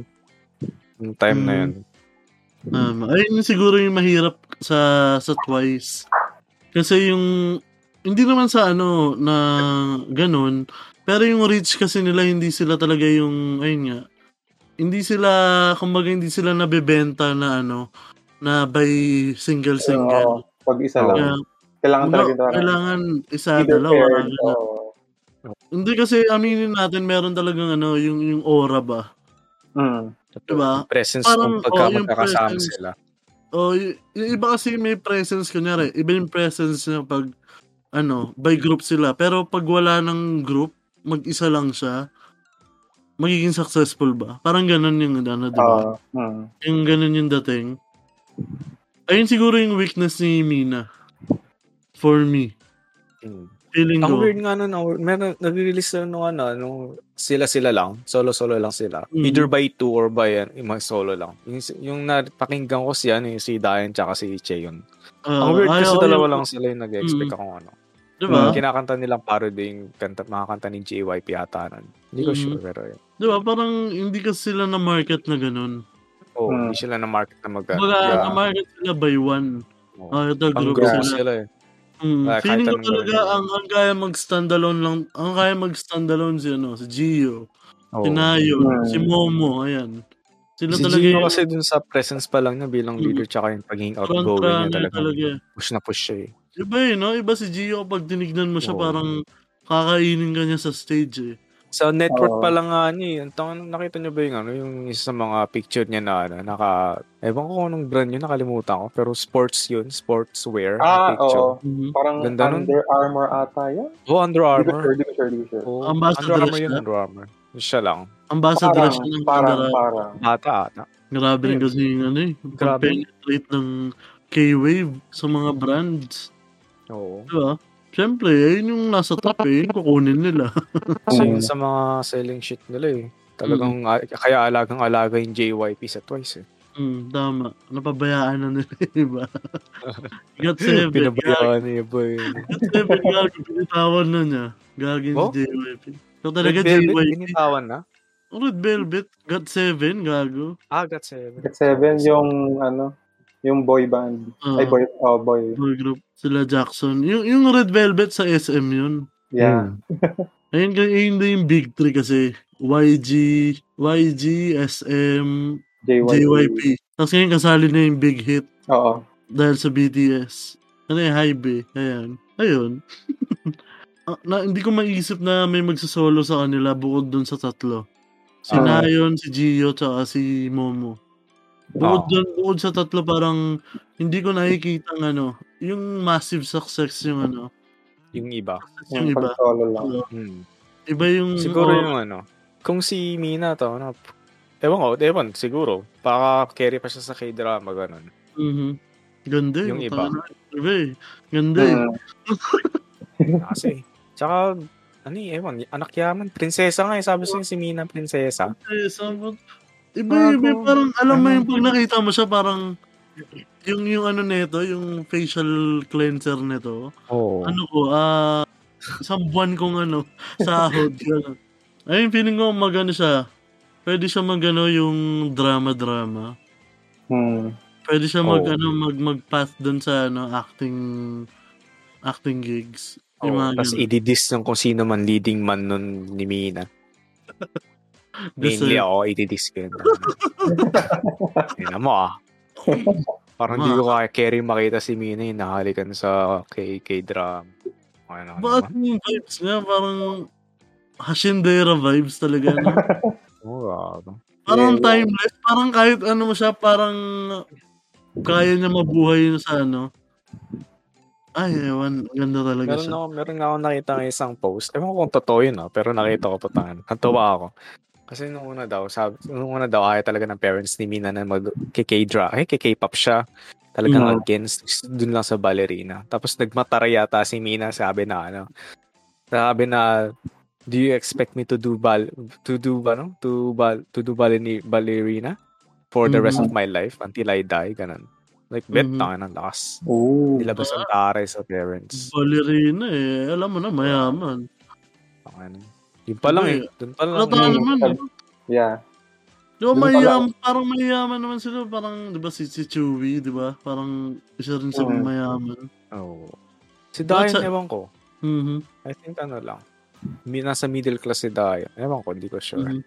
Speaker 1: nung time na yun.
Speaker 3: Um, ayun yung siguro yung mahirap sa sa Twice. Kasi yung hindi naman sa ano na ganun, pero yung reach kasi nila hindi sila talaga yung ayun nga. Hindi sila kumbaga hindi sila nabebenta na ano na by single single.
Speaker 2: Oo, pag isa lang.
Speaker 1: Ah.
Speaker 3: Kaya
Speaker 2: Kailangan talaga ito.
Speaker 3: kumbaga, kailangan isa
Speaker 2: either
Speaker 3: dalawa.
Speaker 2: paired,
Speaker 3: ganun.
Speaker 2: oo.
Speaker 3: Hindi kasi aminin natin meron talagang ano yung yung aura ba.
Speaker 1: Hmm,
Speaker 2: Mm.
Speaker 3: Diba?
Speaker 1: Presence
Speaker 3: Parang,
Speaker 1: kung pagka
Speaker 3: oh, yung
Speaker 1: magkakasama
Speaker 3: presence.
Speaker 1: sila.
Speaker 3: O Oh, y- yung iba kasi may presence kunyari, iba yung presence niya pag ano, by group sila. Pero pag wala ng group, mag-isa lang siya, magiging successful ba? Parang ganun yung ano,
Speaker 2: Oo.
Speaker 3: diba?
Speaker 2: Mm.
Speaker 3: Yung ganun yung dating. Ayun siguro yung weakness ni Mina. For me.
Speaker 1: Hmm.
Speaker 3: Feeling
Speaker 1: Ang
Speaker 3: ko.
Speaker 1: weird nga nun, ang weird- meron, nag-release na nung ano, nung sila-sila lang, solo-solo lang sila.
Speaker 3: Mhm.
Speaker 1: Either by two or by uh, yung mga solo lang. Yung, yung napakinggan ko si, ano, yung si Dayan tsaka si Cheon.
Speaker 3: Ah,
Speaker 1: ang weird kasi
Speaker 3: ayaw-
Speaker 1: dalawa
Speaker 3: ayaw-
Speaker 1: lang sila yung nag-expect
Speaker 3: Mm.
Speaker 1: ako ano.
Speaker 3: Diba?
Speaker 1: Yung kinakanta nilang parody yung kanta, mga kanta ni JYP ata nun. Hindi ko
Speaker 3: Mhm.
Speaker 1: sure pero yun.
Speaker 3: Diba? Parang hindi kasi sila na-market na ganun.
Speaker 1: Oo,
Speaker 2: Mm.
Speaker 1: hindi sila na market na mag
Speaker 3: Hmm. Kumbaga,
Speaker 1: yeah.
Speaker 3: na-market sila by one.
Speaker 1: Oo.
Speaker 3: Ah, ito,
Speaker 1: Ang
Speaker 3: group
Speaker 1: group
Speaker 2: Yeah.
Speaker 3: sila.
Speaker 1: sila eh.
Speaker 3: Mm,
Speaker 1: Kaya kahit
Speaker 3: feeling ko
Speaker 1: anong
Speaker 3: talaga
Speaker 1: gawin.
Speaker 3: ang, ang kaya mag-standalone lang, ang kaya mag-standalone si ano, si Gio, si
Speaker 1: Oo. Hmm.
Speaker 3: Nayon,
Speaker 2: Mm.
Speaker 3: si Momo, ayan. Sila
Speaker 1: Si
Speaker 3: talaga
Speaker 1: Gino
Speaker 3: yung
Speaker 1: kasi dun sa presence pa lang niya bilang
Speaker 3: Mm.
Speaker 1: leader tsaka yung pagiging outgoing niya
Speaker 3: front-runner
Speaker 1: talaga.
Speaker 3: talaga.
Speaker 1: Push na push siya eh.
Speaker 3: Iba eh, no? Iba si Gio kapag tinignan mo
Speaker 1: Oo.
Speaker 3: siya, parang kakainin ka niya sa stage eh.
Speaker 1: Sa network
Speaker 2: Oo.
Speaker 1: pa lang nga niya eh. Ang tanga- nakita niyo ba yung ano, yung isa sa mga picture niya na ano, naka, ewan ko kung anong brand yun, nakalimutan ko. Pero sports yun, sportswear na
Speaker 2: Ah,
Speaker 1: picture.
Speaker 2: oo.
Speaker 3: Mm-hmm.
Speaker 2: Parang
Speaker 1: Ganda nun.
Speaker 2: Under Armour ata yan.
Speaker 1: Oh, Under
Speaker 2: Di ko
Speaker 1: Armour.
Speaker 2: sure, di ko sure, di ko sure.
Speaker 1: Oh,
Speaker 3: Ambassador
Speaker 1: Under Armour
Speaker 3: siya.
Speaker 1: yun, Under Armour. Yun Siya lang.
Speaker 3: Ambassador
Speaker 2: Parang,
Speaker 3: siya ng
Speaker 2: parang,
Speaker 3: Pandara.
Speaker 2: parang.
Speaker 1: Bata ata.
Speaker 3: Grabe rin
Speaker 1: Ayun.
Speaker 3: kasi yung ano eh,
Speaker 1: Grabe.
Speaker 3: pag-penetrate ng K-Wave sa mga
Speaker 1: Hmm.
Speaker 3: brands.
Speaker 1: Oo.
Speaker 3: Diba? Siyempre, ayun yung nasa top eh, yung kukunin nila.
Speaker 1: Kasi
Speaker 2: Mm.
Speaker 1: yun sa mga selling shit nila eh. Talagang, ah, kaya alagang-alaga yung JYP sa Twice eh.
Speaker 3: Mm, tama. Napabayaan na nila, di ba? Got seven. Gag-
Speaker 1: Pinabayaan niya ba yun?
Speaker 3: Got seven, gag. Pinitawan na niya. Gagin
Speaker 1: Oh?
Speaker 3: si JYP. So talaga
Speaker 1: Red Velvet,
Speaker 3: JYP.
Speaker 1: binitawan na?
Speaker 3: Oh, Red Velvet. Got seven, gago.
Speaker 1: Ah, got seven.
Speaker 2: At seven, yung, ano, yung boy band.
Speaker 3: Ah,
Speaker 2: Ay, boy, oh, boy.
Speaker 3: boy group. Sila Jackson. Yung, yung Red Velvet sa SM yun.
Speaker 2: Yeah.
Speaker 1: Hmm.
Speaker 3: Ayun, ka- ayun din yung big three kasi. YG, YG, SM,
Speaker 2: JYP.
Speaker 3: JYP. Tapos ngayon kasali na yung big hit
Speaker 2: Oo.
Speaker 3: dahil sa BTS. Ano yung Hybe? Ayan. Ayun. Ah, na, hindi ko maisip na may magsasolo sa kanila bukod dun sa tatlo. Si
Speaker 2: Ah.
Speaker 3: Nayon, si Gio, tsaka si Momo. Bukod
Speaker 1: Ah.
Speaker 3: dun, bukod sa tatlo, parang hindi ko nakikita ng ano, yung massive success yung ano,
Speaker 1: Yung iba.
Speaker 2: Yung
Speaker 3: yung iba.
Speaker 2: pag-solo lang.
Speaker 1: Hmm.
Speaker 3: Iba yung...
Speaker 1: Siguro
Speaker 3: oh,
Speaker 1: yung ano. Kung si Mina to, ano, ewan ko, ewan, siguro. Baka carry pa siya sa K-drama, ganun.
Speaker 3: mhm. Ganda eh,
Speaker 1: Yung iba.
Speaker 3: putang ina. Iba eh. Ganda eh.
Speaker 2: Mm.
Speaker 1: Kasi, tsaka, ano eh, ewan, anak yaman, prinsesa nga eh, sabi sa'yo si Mina, prinsesa.
Speaker 3: Eh, sabot. Iba, iba,
Speaker 1: Bago.
Speaker 3: parang, alam mo
Speaker 1: Ano?
Speaker 3: yung pag nakita mo siya, parang, yung, yung ano nito, yung facial cleanser nito,
Speaker 1: Oo.
Speaker 3: ano ko, ah, isang buwan kong ano, sahod. gano'n. Ayun, feeling ko magano siya, pwede siya magano yung drama-drama.
Speaker 2: Mm.
Speaker 3: Pwede siya mag,
Speaker 1: Oo.
Speaker 3: ano, mag, mag-path dun sa, ano, acting, acting gigs. Yung
Speaker 1: Oo,
Speaker 3: mga
Speaker 1: Tapos
Speaker 3: ganun.
Speaker 1: ididiss ng kung sino man leading man nun ni Mina. Mainly
Speaker 3: Deserve.
Speaker 1: ako, ididiss ko yun. Tignan mo ah. Parang hindi ko kaya carry makita si Mina yung nahalikan sa K-K-drama. Ano, ano
Speaker 3: Bakit yung vibes niya, parang, Hashindera vibes talaga, no?
Speaker 1: Oo, gago.
Speaker 2: Yeah,
Speaker 3: Parang
Speaker 2: yeah.
Speaker 3: timeless, parang kahit ano mo siya, parang kaya niya mabuhay yun sa ano. Ay, ewan, ganda talaga
Speaker 1: Meron
Speaker 3: siya.
Speaker 1: ako, meron ako nakita ng isang post. Ewan ko kung totoo yun, ah, pero nakita ko to tangan. Natuwa ako. Kasi nung una daw, sabi, nung una daw, ayaw talaga ng parents ni Mina na mag kikidra. Eh, kikipop siya. Talagang
Speaker 2: Mm.
Speaker 1: against dun lang sa ballerina. Tapos nagmatara yata si Mina, sabi na ano. Sabi na, do you expect me to do bal to do ano to bal to do ballerina, ballerina for the rest of my life until I die ganun like bet
Speaker 3: Mhm.
Speaker 1: tangan ng lakas
Speaker 2: Ooh.
Speaker 1: nilabas ang taray sa parents
Speaker 3: Ballerina eh, alam mo na, mayaman.
Speaker 1: Ano. Yun pa lang eh. Doon pa lang.
Speaker 3: Ano
Speaker 2: Mm.
Speaker 3: naman eh.
Speaker 2: Yeah.
Speaker 3: Di ba
Speaker 2: Yung
Speaker 3: mayaman, parang mayaman naman sila, parang, di ba si, si Chewie, di ba? Parang isa rin sa
Speaker 2: Mm.
Speaker 3: mayaman.
Speaker 1: Oo. Si
Speaker 3: Diyan
Speaker 1: Dayan,
Speaker 3: sa-
Speaker 1: ewan ko.
Speaker 3: Mhm.
Speaker 1: I think ano lang. Mi- Nasa middle class si Dayan. Ewan ko, hindi ko sure.
Speaker 3: mhm.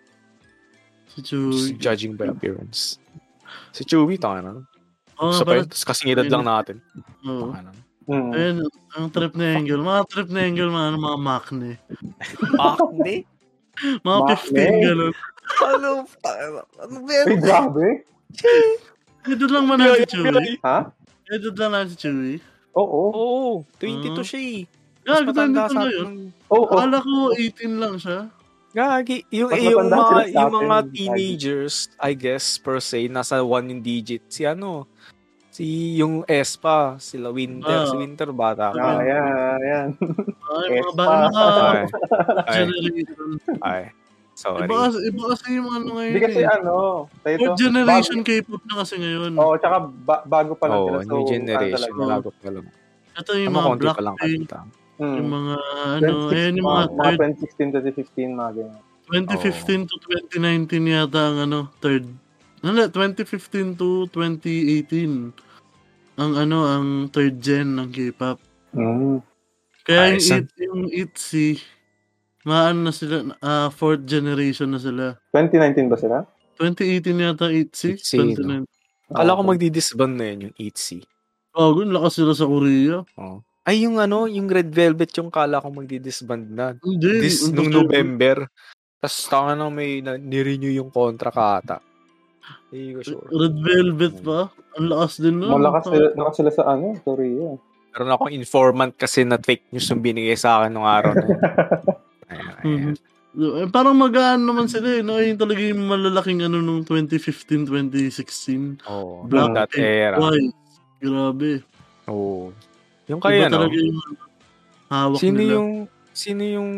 Speaker 3: Si Chewie.
Speaker 1: Just judging by appearance. Si Chewie, tanga na.
Speaker 3: Oo,
Speaker 1: Isa pa Ah. yun.
Speaker 3: parang-
Speaker 1: Tapos kasing edad lang natin.
Speaker 3: oo.
Speaker 1: Tanga na.
Speaker 2: Mm.
Speaker 3: Ayun, ang trip na angle. Mga trip na angle, mga, ano, mga makne.
Speaker 1: Ah, hindi.
Speaker 3: Mga
Speaker 2: Makne?
Speaker 3: 15, gano'n.
Speaker 1: Ano? Ano ba
Speaker 2: Ay, grabe.
Speaker 3: Edad lang ba na si Chewie?
Speaker 2: Ha?
Speaker 3: Edad lang na si Chewie?
Speaker 2: Oo.
Speaker 1: Oo, 22
Speaker 3: Ah.
Speaker 1: siya eh. Mas
Speaker 3: Gago,
Speaker 1: matanda sa
Speaker 3: nandito na
Speaker 1: atin.
Speaker 3: yun.
Speaker 1: ng-
Speaker 2: Oo.
Speaker 3: Akala ko 18 lang siya.
Speaker 1: Gagi. Yung,
Speaker 2: Mas
Speaker 1: yung,
Speaker 2: matanda sila
Speaker 1: mga,
Speaker 2: sa
Speaker 1: yung mga
Speaker 2: atin,
Speaker 1: teenagers, I guess, per se, nasa one yung digit. Si ano, si yung S pa, sila Winter.
Speaker 3: Ah.
Speaker 1: Si Winter bata.
Speaker 2: Ah,
Speaker 1: ka.
Speaker 2: ayan, ayan.
Speaker 3: Ay, mga
Speaker 2: Yes,
Speaker 3: ba?
Speaker 2: pa.
Speaker 3: Naka
Speaker 1: Ay, ay,
Speaker 3: generation.
Speaker 1: ay. Sorry.
Speaker 3: Iba, kasi- iba kasi yung ano ngayon.
Speaker 2: Hindi kasi
Speaker 3: eh.
Speaker 2: ano, tayo
Speaker 3: Fourth generation K-pop na kasi ngayon.
Speaker 1: Oh.
Speaker 2: Oo, tsaka ba- bago pa lang
Speaker 1: Oo,
Speaker 2: sila.
Speaker 1: oh, new
Speaker 2: ano
Speaker 1: generation.
Speaker 2: talaga.
Speaker 1: Nalagot ka lang.
Speaker 3: Ito yung
Speaker 1: Ano,
Speaker 3: mga
Speaker 1: konti pa lang Hmm.
Speaker 3: Blackpink,
Speaker 1: kanta.
Speaker 2: Mm.
Speaker 3: yung mga ano,
Speaker 2: 26
Speaker 3: ayun yung mga
Speaker 2: oh,
Speaker 3: third,
Speaker 2: 2016 to 2015, mga ganyan.
Speaker 3: 2015 to 2019 yata ang ano, third. Ano, 2015 to 2018 ang ano, ang third gen ng K-pop.
Speaker 2: Mm.
Speaker 3: Kaya yung,
Speaker 1: Ayos, ah.
Speaker 3: it, yung ITZY, maano na sila, ah, fourth generation na sila.
Speaker 2: 2019 ba sila?
Speaker 3: 2018 yata ITZY,
Speaker 1: ITZY,
Speaker 3: 2019.
Speaker 1: Akala
Speaker 2: Ah,
Speaker 1: ko magdi-disband na yun, yung E ITZY.
Speaker 3: Oh, gun, lakas sila sa Korea.
Speaker 1: Oo. Ay, yung ano, yung Red Velvet, yung kala ko magdi-disband na.
Speaker 3: Hindi.
Speaker 1: This,
Speaker 3: yung
Speaker 1: nung
Speaker 3: third-
Speaker 1: November. Tapos tanga na may na, nirenew yung kontra ka ata. Hindi ko sure.
Speaker 3: Red Velvet pa. Ang lakas din nun.
Speaker 2: Malakas sila, lakas sila sa ano, Korea.
Speaker 1: Meron akong informant kasi na fake news yung binigay sa akin nung araw na yun. Ayan, ayan.
Speaker 3: Mhm. Eh, Parang magaan naman sila eh. No? Yung talaga yung malalaking ano nung 2015, 2016.
Speaker 1: Oo,
Speaker 3: Black
Speaker 1: Oh, that
Speaker 3: Pink,
Speaker 1: era.
Speaker 3: Why? Grabe.
Speaker 1: Oo. Yung kaya,
Speaker 3: Kaya Iba
Speaker 1: no?
Speaker 3: talaga yung hawak
Speaker 1: Sino
Speaker 3: nila.
Speaker 1: yung, sino yung,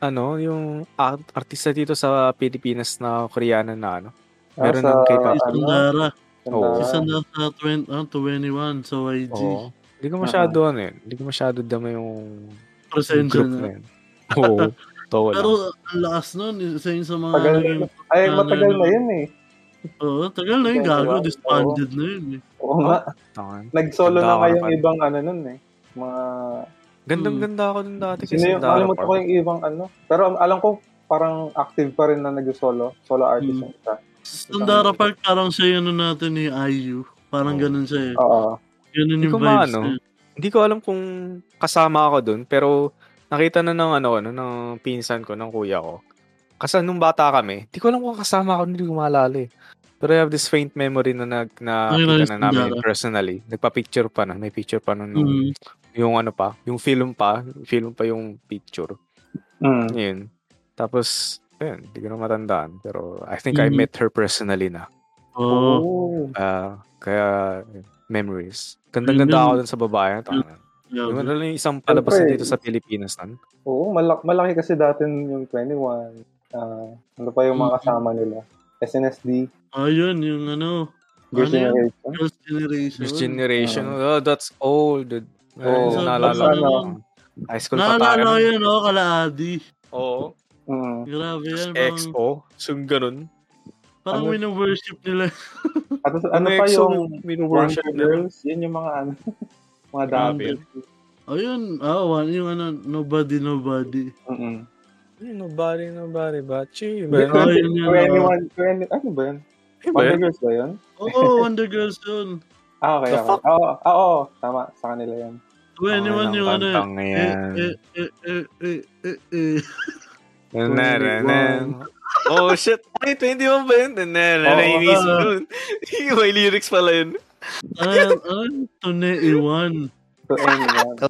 Speaker 1: ano, yung art- artista dito sa Pilipinas na koreana na, ano?
Speaker 2: Ah,
Speaker 1: Meron ng
Speaker 2: ano,
Speaker 1: K-pop.
Speaker 3: Si Sandara.
Speaker 1: Oo.
Speaker 3: Si Sandara 20, ah, 21 sa YG.
Speaker 1: Oo. Hindi
Speaker 3: Ah,
Speaker 1: ko masyado, ano yun. Hindi ko masyado dama yung
Speaker 3: Presensya
Speaker 1: group
Speaker 3: na.
Speaker 1: na yun. Oo. Totoo lang.
Speaker 3: Pero ang lakas nun. Isa yun sa mga
Speaker 2: Tagal na-
Speaker 3: naging...
Speaker 2: Ay, matagal
Speaker 3: ano.
Speaker 2: na yun eh.
Speaker 3: Oo, tagal na yun.
Speaker 2: Tagal na.
Speaker 3: Gago, disbanded na yun. eh.
Speaker 2: Oo
Speaker 1: Oh,
Speaker 2: nga.
Speaker 1: Tangan.
Speaker 2: Nag-solo
Speaker 1: Tanda
Speaker 2: na
Speaker 1: ka
Speaker 2: kayong
Speaker 1: naman.
Speaker 2: ibang ano nun eh. Mga,
Speaker 3: Hmm.
Speaker 1: Gandang-ganda ako dun dati
Speaker 2: sino
Speaker 1: kasi
Speaker 2: yung, nakalimutan ko yung ibang ano. Pero am- alam ko, parang active pa rin na nag-solo. Solo artist
Speaker 3: Mm.
Speaker 2: yung isa.
Speaker 3: Sandara Park parang siya yung ano natin ni IU. Parang
Speaker 1: Oo.
Speaker 3: ganun siya eh.
Speaker 2: Oo. Ah,
Speaker 3: Ganun
Speaker 1: Hindi
Speaker 3: yung
Speaker 1: ko
Speaker 3: vibes
Speaker 1: maano.
Speaker 3: niya.
Speaker 1: Hindi ko alam kung kasama ako dun, pero nakita na ng ano, ano, ng pinsan ko, ng kuya ko. Kasi nung bata kami, hindi ko alam kung kasama ako, hindi ko maalala eh. Pero I have this faint memory na nag,
Speaker 3: Ay,
Speaker 1: nakita na
Speaker 3: nice,
Speaker 1: namin
Speaker 3: Sandara.
Speaker 1: personally. Nagpa-picture pa na, may picture pa nun. nung-
Speaker 3: Mm.
Speaker 1: Yung ano pa, yung film pa, film pa yung picture.
Speaker 2: Mm.
Speaker 1: Yun. Tapos, ayun, hindi ko na matandaan. Pero I think I
Speaker 3: Mhm.
Speaker 1: met her personally na.
Speaker 3: Oo.
Speaker 1: Ah, kaya memories. Ganda-ganda
Speaker 3: Ayun. Mm.
Speaker 1: ako dun sa babae. Tama.
Speaker 3: Yeah.
Speaker 1: Yung ano lang yung isang palabas
Speaker 2: Siyempre.
Speaker 1: dito sa Pilipinas nun.
Speaker 2: Oo, malak- malaki kasi dati yung 21. ah, ano pa yung mga
Speaker 3: Mm.
Speaker 2: kasama nila? SNSD,
Speaker 3: Ayun, Ah, yung ano.
Speaker 2: Girls
Speaker 3: Ano yun?
Speaker 2: Generation.
Speaker 3: Girls' Generation.
Speaker 1: First generation. Oh, that's old. dude.
Speaker 2: Oo.
Speaker 1: Ayun, naalala
Speaker 2: That's
Speaker 1: ko.
Speaker 2: ano.
Speaker 1: High school pa tayo.
Speaker 3: Naalala ko yun, oh, kalaadi.
Speaker 1: Oo.
Speaker 2: Mm.
Speaker 3: Grabe
Speaker 1: Tapos
Speaker 3: yan. Parang,
Speaker 1: EXO. So, ganun.
Speaker 3: parang
Speaker 2: Ano?
Speaker 3: wino-worship nila.
Speaker 2: At ano pa
Speaker 1: EXO,
Speaker 2: yung
Speaker 1: minuworship
Speaker 2: Wonder
Speaker 1: na.
Speaker 2: Girls? Yan yung mga ano. mga
Speaker 1: Grabe
Speaker 2: dami.
Speaker 1: yun.
Speaker 3: Ayun, ah, oh, yung ano, nobody, nobody.
Speaker 2: Mm-mm.
Speaker 1: Ayun, Nobody, nobody but you.
Speaker 2: Hindi,
Speaker 1: man.
Speaker 3: Oh, yun, yun,
Speaker 2: 21, 20, ano ba yun?
Speaker 1: Ayun ba
Speaker 2: Wonder
Speaker 1: yun?
Speaker 2: Girls ba yun?
Speaker 3: Oo, Wonder Girls yun.
Speaker 2: Ah, okay.
Speaker 1: The
Speaker 2: okay.
Speaker 1: fuck?
Speaker 2: Oo, oo, oo, tama. Sa kanila yun.
Speaker 3: 21 yung ano
Speaker 1: Ang
Speaker 3: eh.
Speaker 1: kantang yan.
Speaker 3: Eh, eh, eh, eh, eh, eh.
Speaker 1: Nanananan. Oh, shit. Ay, 21 ba yun? Nanananan.
Speaker 2: Oo,
Speaker 1: Inisip
Speaker 3: ah.
Speaker 1: nun. May lyrics pala yun.
Speaker 3: Ano yan? Ano yun? Tune Iwan.
Speaker 2: So, anyone.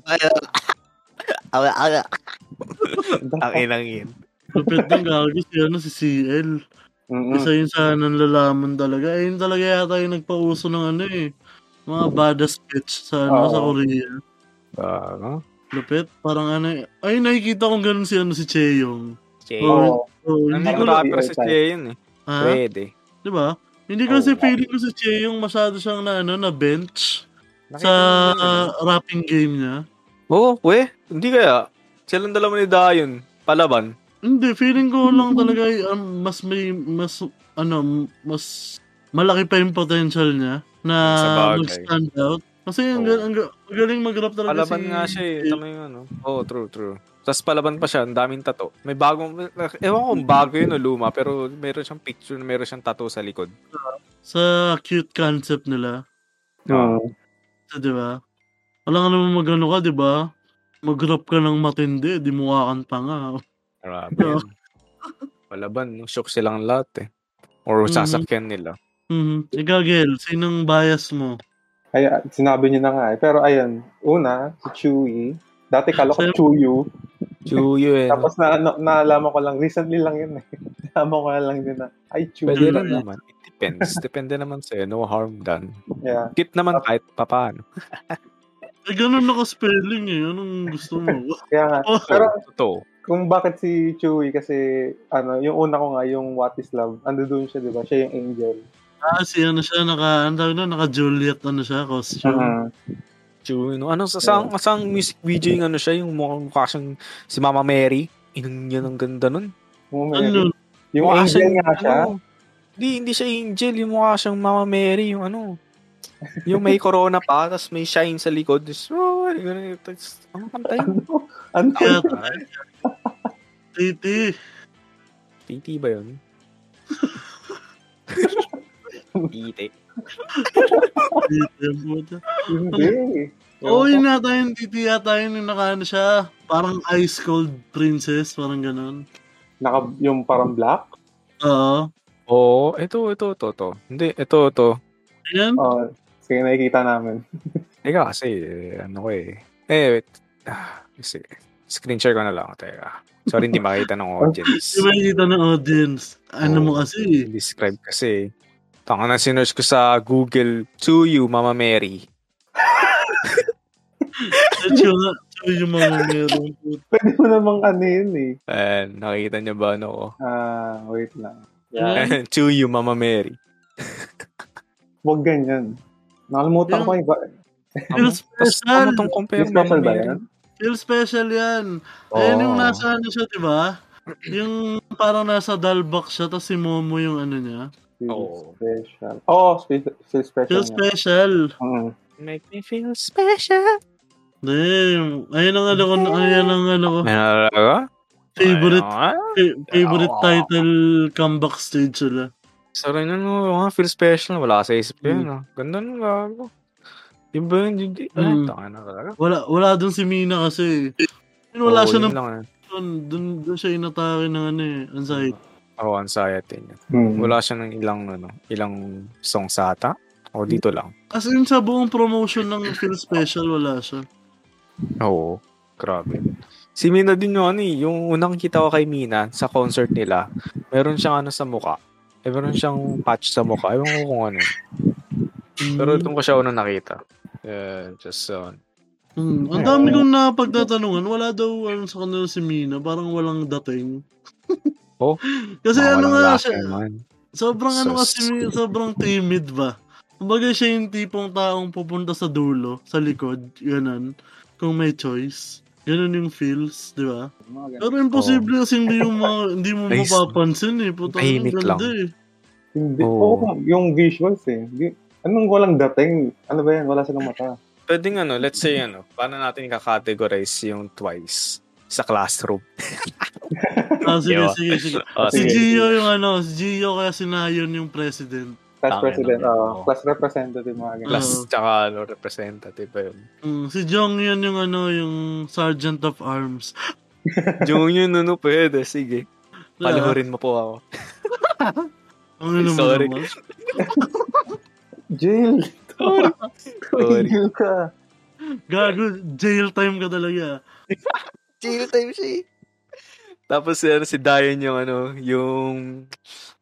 Speaker 1: Ang inang yun.
Speaker 3: Lupit ng gago si ano, si CL.
Speaker 2: Mm-mm.
Speaker 3: Isa yun sa nalalaman talaga. Ayun talaga yata yung nagpauso ng ano eh. Mga badass bitch sa ano,
Speaker 2: Oo.
Speaker 3: sa Korea.
Speaker 1: Ah, no?
Speaker 3: Lupit. Parang ano eh. Ay, nakikita kong ganun si ano si Cheyong.
Speaker 1: Jay.
Speaker 3: Oo.
Speaker 2: Oo.
Speaker 3: Oh, hindi
Speaker 1: Hindi ko
Speaker 2: Ang
Speaker 3: ko na,
Speaker 2: dami.
Speaker 1: rapper si Jay yun eh.
Speaker 3: ha?
Speaker 1: Pwede.
Speaker 3: Di ba? Hindi ko kasi
Speaker 2: Oo.
Speaker 3: feeling ko si Cheyong masyado siyang na ano, na bench
Speaker 1: Nakita
Speaker 3: sa
Speaker 1: mo yun, eh.
Speaker 3: rapping game niya.
Speaker 1: Oo, we. Hindi kaya. Silang dalawa ni Dayon. Palaban.
Speaker 3: Hindi, feeling ko lang talaga um, mas may, mas, ano, mas malaki pa yung potential niya na
Speaker 1: Sa bagay.
Speaker 3: mag-stand out. Kasi ang,
Speaker 1: Oo.
Speaker 3: gal- ang, ga- ang galing mag-rap talaga
Speaker 1: Palaban
Speaker 3: si...
Speaker 1: nga siya eh. Tama yung ano. Oh, true, true. Tapos palaban pa siya, ang daming tato. May bagong, ewan ko kung bago yun o luma, pero meron siyang picture na meron siyang tato sa likod.
Speaker 3: Sa cute concept nila.
Speaker 1: Oo.
Speaker 3: So, di ba? Wala ka naman magano ka, di ba? Mag-rap ka ng matindi, di mukha kang panga.
Speaker 1: Grabe. yun. Palaban, no? shock silang lahat eh. Or
Speaker 3: Mhm.
Speaker 1: sasakyan nila.
Speaker 3: Mhm. Ikaw, Gel, sinong bias mo?
Speaker 2: Ay, ah, sinabi niyo na nga eh. Pero ayun, una, si Chewy. Dati kala ko
Speaker 3: Sir-
Speaker 2: Chuyu.
Speaker 1: Chuyo eh.
Speaker 2: Tapos na, na, naalaman ko lang, recently lang yun eh. Naalaman ko lang din na, ay
Speaker 1: Pwede
Speaker 2: Chewy.
Speaker 1: rin
Speaker 3: ah.
Speaker 1: naman. It depends. Depende naman sa'yo. No harm done.
Speaker 2: Yeah.
Speaker 1: Cute naman kahit papaano.
Speaker 3: Eh, ganun naka-spelling eh. Anong gusto mo?
Speaker 2: Kaya nga,
Speaker 3: Oh,
Speaker 1: Pero,
Speaker 2: Pero-
Speaker 1: totoo.
Speaker 2: kung bakit si Chewy kasi, ano, yung una ko nga, yung What is Love, ando doon siya, di ba? Siya yung angel.
Speaker 3: ah, si ano siya, naka, ang tawag na, naka-Juliet, ano siya,
Speaker 2: Ah,
Speaker 3: costume.
Speaker 1: Chewy, no? Ano, sa saan, saan music video yung ano siya, yung mukha, mukha siyang si Mama Mary. Inang yan ang ganda nun.
Speaker 2: Mm-hmm. Yung may-
Speaker 3: Ano?
Speaker 2: Yung
Speaker 1: Mukha
Speaker 2: angel
Speaker 1: siyang,
Speaker 2: nga siya.
Speaker 1: Ano, hindi, hindi siya angel. Yung mukha siyang Mama Mary, yung ano. Yung may corona pa, tapos may shine sa likod. Tapos, oh, ganun. Tapos, ang kantay.
Speaker 2: Ano?
Speaker 3: Kaya, titi.
Speaker 1: Titi ba yun? Titi.
Speaker 3: Titi, ang puta.
Speaker 2: Hindi.
Speaker 3: Oo, oh, yun yata yung titi yata yun yung nakaano siya. Parang ice cold princess, parang ganun.
Speaker 2: Naka, yung parang black.
Speaker 3: Oo.
Speaker 1: Oo, ito, ito, ito, ito. Hindi, ito, ito.
Speaker 3: Ayan.
Speaker 2: Oh, sige, nakikita namin.
Speaker 1: Teka kasi, eh, ano ko eh. Eh, wait. Ah, kasi, screen share ko na lang. Teka. Sorry, hindi makita ng audience.
Speaker 3: Yung makikita ng audience. Ano mo kasi?
Speaker 1: Describe kasi. Tanga na sinerge ko sa Google, to you, Mama Mary.
Speaker 3: Search ko nga. Sabi yung mga meron.
Speaker 2: Pwede mo namang ano yun eh.
Speaker 1: And, nakita niyo ba ano ko?
Speaker 2: Ah, wait lang.
Speaker 3: Yeah.
Speaker 1: to you, Mama Mary.
Speaker 2: Huwag ganyan. Nakalimutan
Speaker 3: Yung-
Speaker 2: ko iba.
Speaker 1: Ano?
Speaker 3: Feel
Speaker 1: Tas, ano
Speaker 3: special.
Speaker 1: tong compare
Speaker 2: Miss
Speaker 1: mo, Mama
Speaker 2: Bumble ba
Speaker 1: Mary?
Speaker 2: yan?
Speaker 3: Feel special yan.
Speaker 1: Oo.
Speaker 3: Ayan yung nasa ano siya, di ba? Yung parang nasa Dalbak siya, tapos si Momo yung ano niya.
Speaker 2: Feel
Speaker 1: Oo.
Speaker 2: special. Oh, feel, feel special.
Speaker 3: Feel
Speaker 2: Feel
Speaker 3: special.
Speaker 1: Make me feel special.
Speaker 3: Damn. Ayan ang ano ko, ayan ang ano ko.
Speaker 1: May nalala ka?
Speaker 3: Favorite,
Speaker 1: Ayun nga.
Speaker 3: fa- favorite title comeback stage sila.
Speaker 1: Sorry na no, mga feel special. Wala ka sa isip ko yun.
Speaker 3: Mm.
Speaker 1: ah. Ganda nung gago. Yung ba yun? Yung- Ay,
Speaker 3: Mm.
Speaker 1: tanga na talaga.
Speaker 3: Wala, wala dun si Mina kasi. Yun, wala
Speaker 1: Oo,
Speaker 3: siya
Speaker 1: yun
Speaker 3: ng
Speaker 1: lang, ah.
Speaker 3: dun, dun, dun siya inatake ng ano eh, anxiety.
Speaker 1: Oo, anxiety niya. Hmm. Wala siya ng ilang, ano, ilang song sa ata. O dito lang.
Speaker 3: As in, sa buong promotion ng Feel Special, wala siya.
Speaker 1: Oo. Grabe. Si Mina din yun, ano eh. Yung unang kita ko kay Mina sa concert nila, meron siyang ano sa muka. Eh, meron siyang patch sa muka. Ewan ko kung ano.
Speaker 3: Mm.
Speaker 1: Pero doon ko siya unang nakita. Yeah, just uh, so.
Speaker 3: Mm. Ang dami kong napagtatanungan, wala daw ano sa kanila si Mina, parang walang dating.
Speaker 1: Oh.
Speaker 3: Kasi
Speaker 1: Mga walang
Speaker 3: ano nga
Speaker 1: lasa
Speaker 3: siya,
Speaker 1: naman.
Speaker 3: sobrang ano
Speaker 1: Sus.
Speaker 3: kasi, Mi- sobrang timid ba? Kumbaga siya yung tipong taong pupunta sa dulo, sa likod, ganun, kung may choice. Ganun yung feels, di ba? Pero imposible kasi hindi mo ma- hindi mo
Speaker 1: Nice.
Speaker 3: mapapansin eh. Puta, ang
Speaker 1: Tahimik
Speaker 3: ganda
Speaker 1: lang.
Speaker 3: eh.
Speaker 2: Hindi.
Speaker 1: Oo.
Speaker 2: Oo, yung visuals eh. Di- Anong walang dating? Ano ba yan? Wala silang mata.
Speaker 1: pwedeng ano, let's say ano, paano natin kakategorize yung twice sa classroom?
Speaker 3: Ah, sige,
Speaker 1: Diba?
Speaker 3: sige, sige.
Speaker 1: Ah,
Speaker 3: Si
Speaker 2: sige.
Speaker 3: Gio yung ano, si Gio kaya sinayon yung president.
Speaker 2: Class
Speaker 1: Tama
Speaker 2: president.
Speaker 1: naman.
Speaker 2: oo. class representative mga ganyan.
Speaker 1: Class tsaka ano, representative pa yun.
Speaker 3: Mm, si Jong yun yung ano, yung sergeant of arms.
Speaker 1: Yung yun, ano, pwede, sige.
Speaker 3: Ah.
Speaker 1: Paluhurin mo po ako.
Speaker 3: Ang ano mo
Speaker 1: Sorry.
Speaker 3: naman.
Speaker 2: Jail!
Speaker 1: Sorry.
Speaker 2: Jail ka!
Speaker 3: Gago, jail time ka talaga.
Speaker 1: Jail time siya eh. Tapos ano, si Diane yung ano, yung,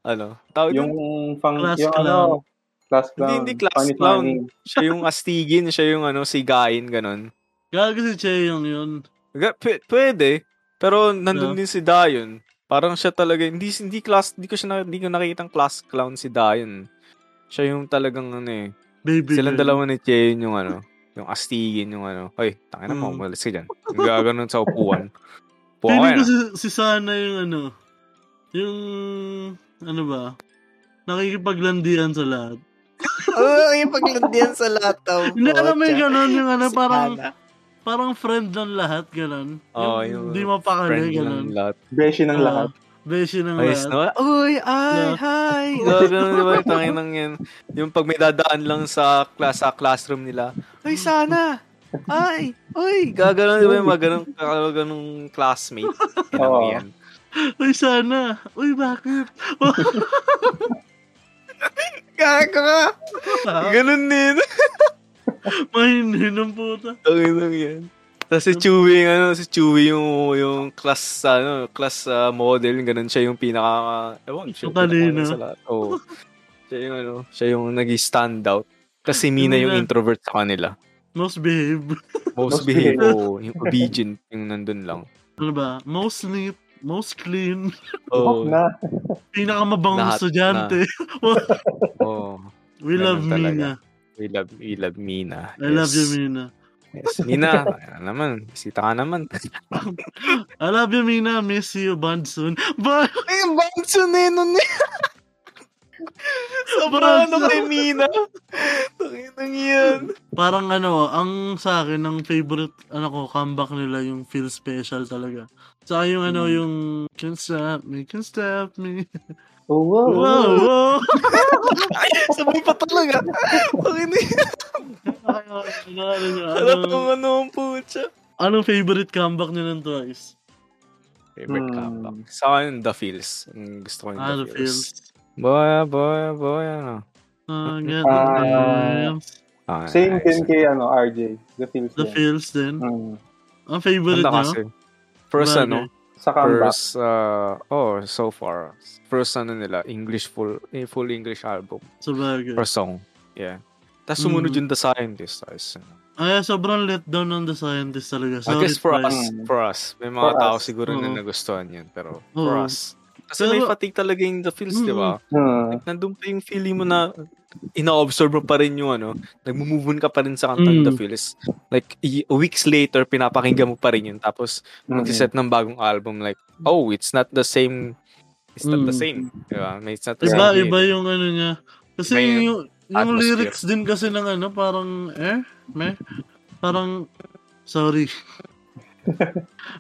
Speaker 1: ano, tawag
Speaker 2: Yung
Speaker 1: yung...
Speaker 2: pang...
Speaker 3: Class
Speaker 2: yung
Speaker 3: clown.
Speaker 2: ano, class clown.
Speaker 1: Hindi, hindi class
Speaker 2: Funny,
Speaker 1: clown.
Speaker 2: funny.
Speaker 1: siya yung astigin, siya yung ano, sigain, ganun.
Speaker 3: Gago si Cheyong yun.
Speaker 1: Ga- pw- Pwede, pero nandun
Speaker 3: Ah.
Speaker 1: din si Diane. Parang siya talaga, hindi, hindi class, hindi ko siya, na- hindi ko nakikitang class clown si Diane. Siya yung talagang ano eh,
Speaker 3: Baby
Speaker 1: Silang
Speaker 3: girl.
Speaker 1: dalawa ni Cheyenne yung ano, yung astigin yung ano. Hoy, tangin na mo,
Speaker 3: Mm.
Speaker 1: umalis ka dyan. Yung Gaganon sa upuan. Puwa ka
Speaker 3: Feeling ko
Speaker 1: na.
Speaker 3: si, si Sana yung ano, yung, ano ba, nakikipaglandian sa lahat.
Speaker 4: Oo, yung paglandian sa lataw.
Speaker 3: Hindi, alam mo yung ganun, yung ano,
Speaker 4: Si
Speaker 3: parang,
Speaker 4: Ana.
Speaker 3: parang friend ng lahat, ganun.
Speaker 1: Oo, yung
Speaker 3: yung di mapakali,
Speaker 1: Friend
Speaker 3: ganun.
Speaker 1: ng lahat.
Speaker 2: Beshi ng
Speaker 3: Oo,
Speaker 2: lahat.
Speaker 3: Beshi ng
Speaker 1: Ayos na.
Speaker 3: lahat.
Speaker 1: Uy, ay,
Speaker 3: Yeah.
Speaker 1: hi. Gawa ganun, di ba? Yung tangin ng yan. Yung pag may dadaan lang sa, class, sa classroom nila. Ay, sana. Ay, uy. Gaganon, di ba? Yung mga ganun, mga ganung classmate. Yan ang
Speaker 2: Oo.
Speaker 1: yan.
Speaker 3: Uy, sana. Uy, bakit?
Speaker 1: Gago ka. Ganun din.
Speaker 3: Mahindi ng puta.
Speaker 1: Tangin ng yan. Tapos si Chewie, yung ano, si Chewie yung, yung class, ano, class ah, model, ganun siya yung pinaka, ewan, siya yung
Speaker 3: Matalino.
Speaker 1: pinaka- sa lahat. Oo. siya yung, ano, siya yung nag-standout. Kasi Mina
Speaker 3: Yung
Speaker 1: yung
Speaker 3: na-
Speaker 1: introvert sa kanila.
Speaker 3: Most behave.
Speaker 1: Most
Speaker 2: Most
Speaker 1: behave.
Speaker 2: behave.
Speaker 1: Oo, yung obedient, yung nandun lang.
Speaker 3: Ano ba? Most neat. Most clean.
Speaker 1: Oo.
Speaker 2: Oh, na.
Speaker 3: Pinakamabangong
Speaker 1: Lahat
Speaker 3: estudyante.
Speaker 1: oo.
Speaker 3: We
Speaker 1: Ganun
Speaker 3: love
Speaker 1: talaga.
Speaker 3: Mina.
Speaker 1: We love, we love Mina.
Speaker 3: I love you,
Speaker 1: Yes.
Speaker 3: Mina.
Speaker 1: Yes. Mina, ano naman, sita ka naman.
Speaker 3: I love you, Mina. Miss you, Bansun. But,
Speaker 1: Ay, bangso na yun nun eh. Sobrang ano kay Mina. Tanginang yan.
Speaker 3: parang ano, ang sa akin, ang favorite, ano ko, comeback nila, yung feel special talaga. Tsaka yung ano, yung, can stop me, can stop me.
Speaker 2: Oh, wow.
Speaker 3: Wow, wow.
Speaker 1: Sabay pa talaga. Tanginang
Speaker 3: ano, ano, ano,
Speaker 1: Alam
Speaker 3: ano,
Speaker 1: kung ano ang putya.
Speaker 3: anong favorite comeback nila ng Twice?
Speaker 1: Favorite
Speaker 2: Hmm.
Speaker 1: comeback. Sa akin, The Feels. Ang Gusto ko yung
Speaker 3: Ah, the
Speaker 1: The Feels.
Speaker 3: feels.
Speaker 1: Boy, boy, boy, ano.
Speaker 3: Ah,
Speaker 2: Ah.
Speaker 3: get the feels.
Speaker 1: Ah,
Speaker 2: Same
Speaker 1: ayos.
Speaker 2: din kay ano, RJ. The feels
Speaker 3: The
Speaker 2: din.
Speaker 3: feels din.
Speaker 2: Mm.
Speaker 3: Ang favorite
Speaker 1: Ganda
Speaker 3: nyo?
Speaker 1: kasi. First
Speaker 3: Bagay.
Speaker 1: ano,
Speaker 2: Sa comeback.
Speaker 1: first, uh, oh, so far, first ano nila, English full, eh, full English album,
Speaker 3: Sa bagay.
Speaker 1: or song. Yeah. Tapos sumunod
Speaker 3: Mm.
Speaker 1: yung The Scientist. Tapos, ano.
Speaker 3: Ay, Ah, sobrang let down ng the scientist talaga.
Speaker 1: I
Speaker 3: Sorry,
Speaker 1: guess for
Speaker 3: Twice.
Speaker 1: us,
Speaker 2: Mm.
Speaker 1: for us, may
Speaker 2: For
Speaker 1: mga tao
Speaker 2: us,
Speaker 1: siguro
Speaker 3: oo.
Speaker 1: na nagustuhan yun, pero for
Speaker 3: Oo.
Speaker 1: us. Kasi may
Speaker 3: Pero-
Speaker 1: fatigue talaga yung the feels, di ba?
Speaker 2: Mm.
Speaker 1: Like, nandun pa yung feeling mo na ina-absorb mo pa rin yung ano, nagmo-move on ka pa rin sa kanta
Speaker 3: Mm.
Speaker 1: the feels. Like, y- weeks later, pinapakinggan mo pa rin yun. Tapos,
Speaker 2: Mm.
Speaker 1: magsiset ng bagong album, like, oh, it's not the same, it's not the
Speaker 3: Mm.
Speaker 1: same. Di ba? May- It's not the
Speaker 3: Iba,
Speaker 1: same.
Speaker 3: iba yung ano niya. Kasi
Speaker 1: Iba yung
Speaker 3: yung, yung
Speaker 1: atmosphere.
Speaker 3: lyrics din kasi ng ano, parang, eh, meh, parang, sorry.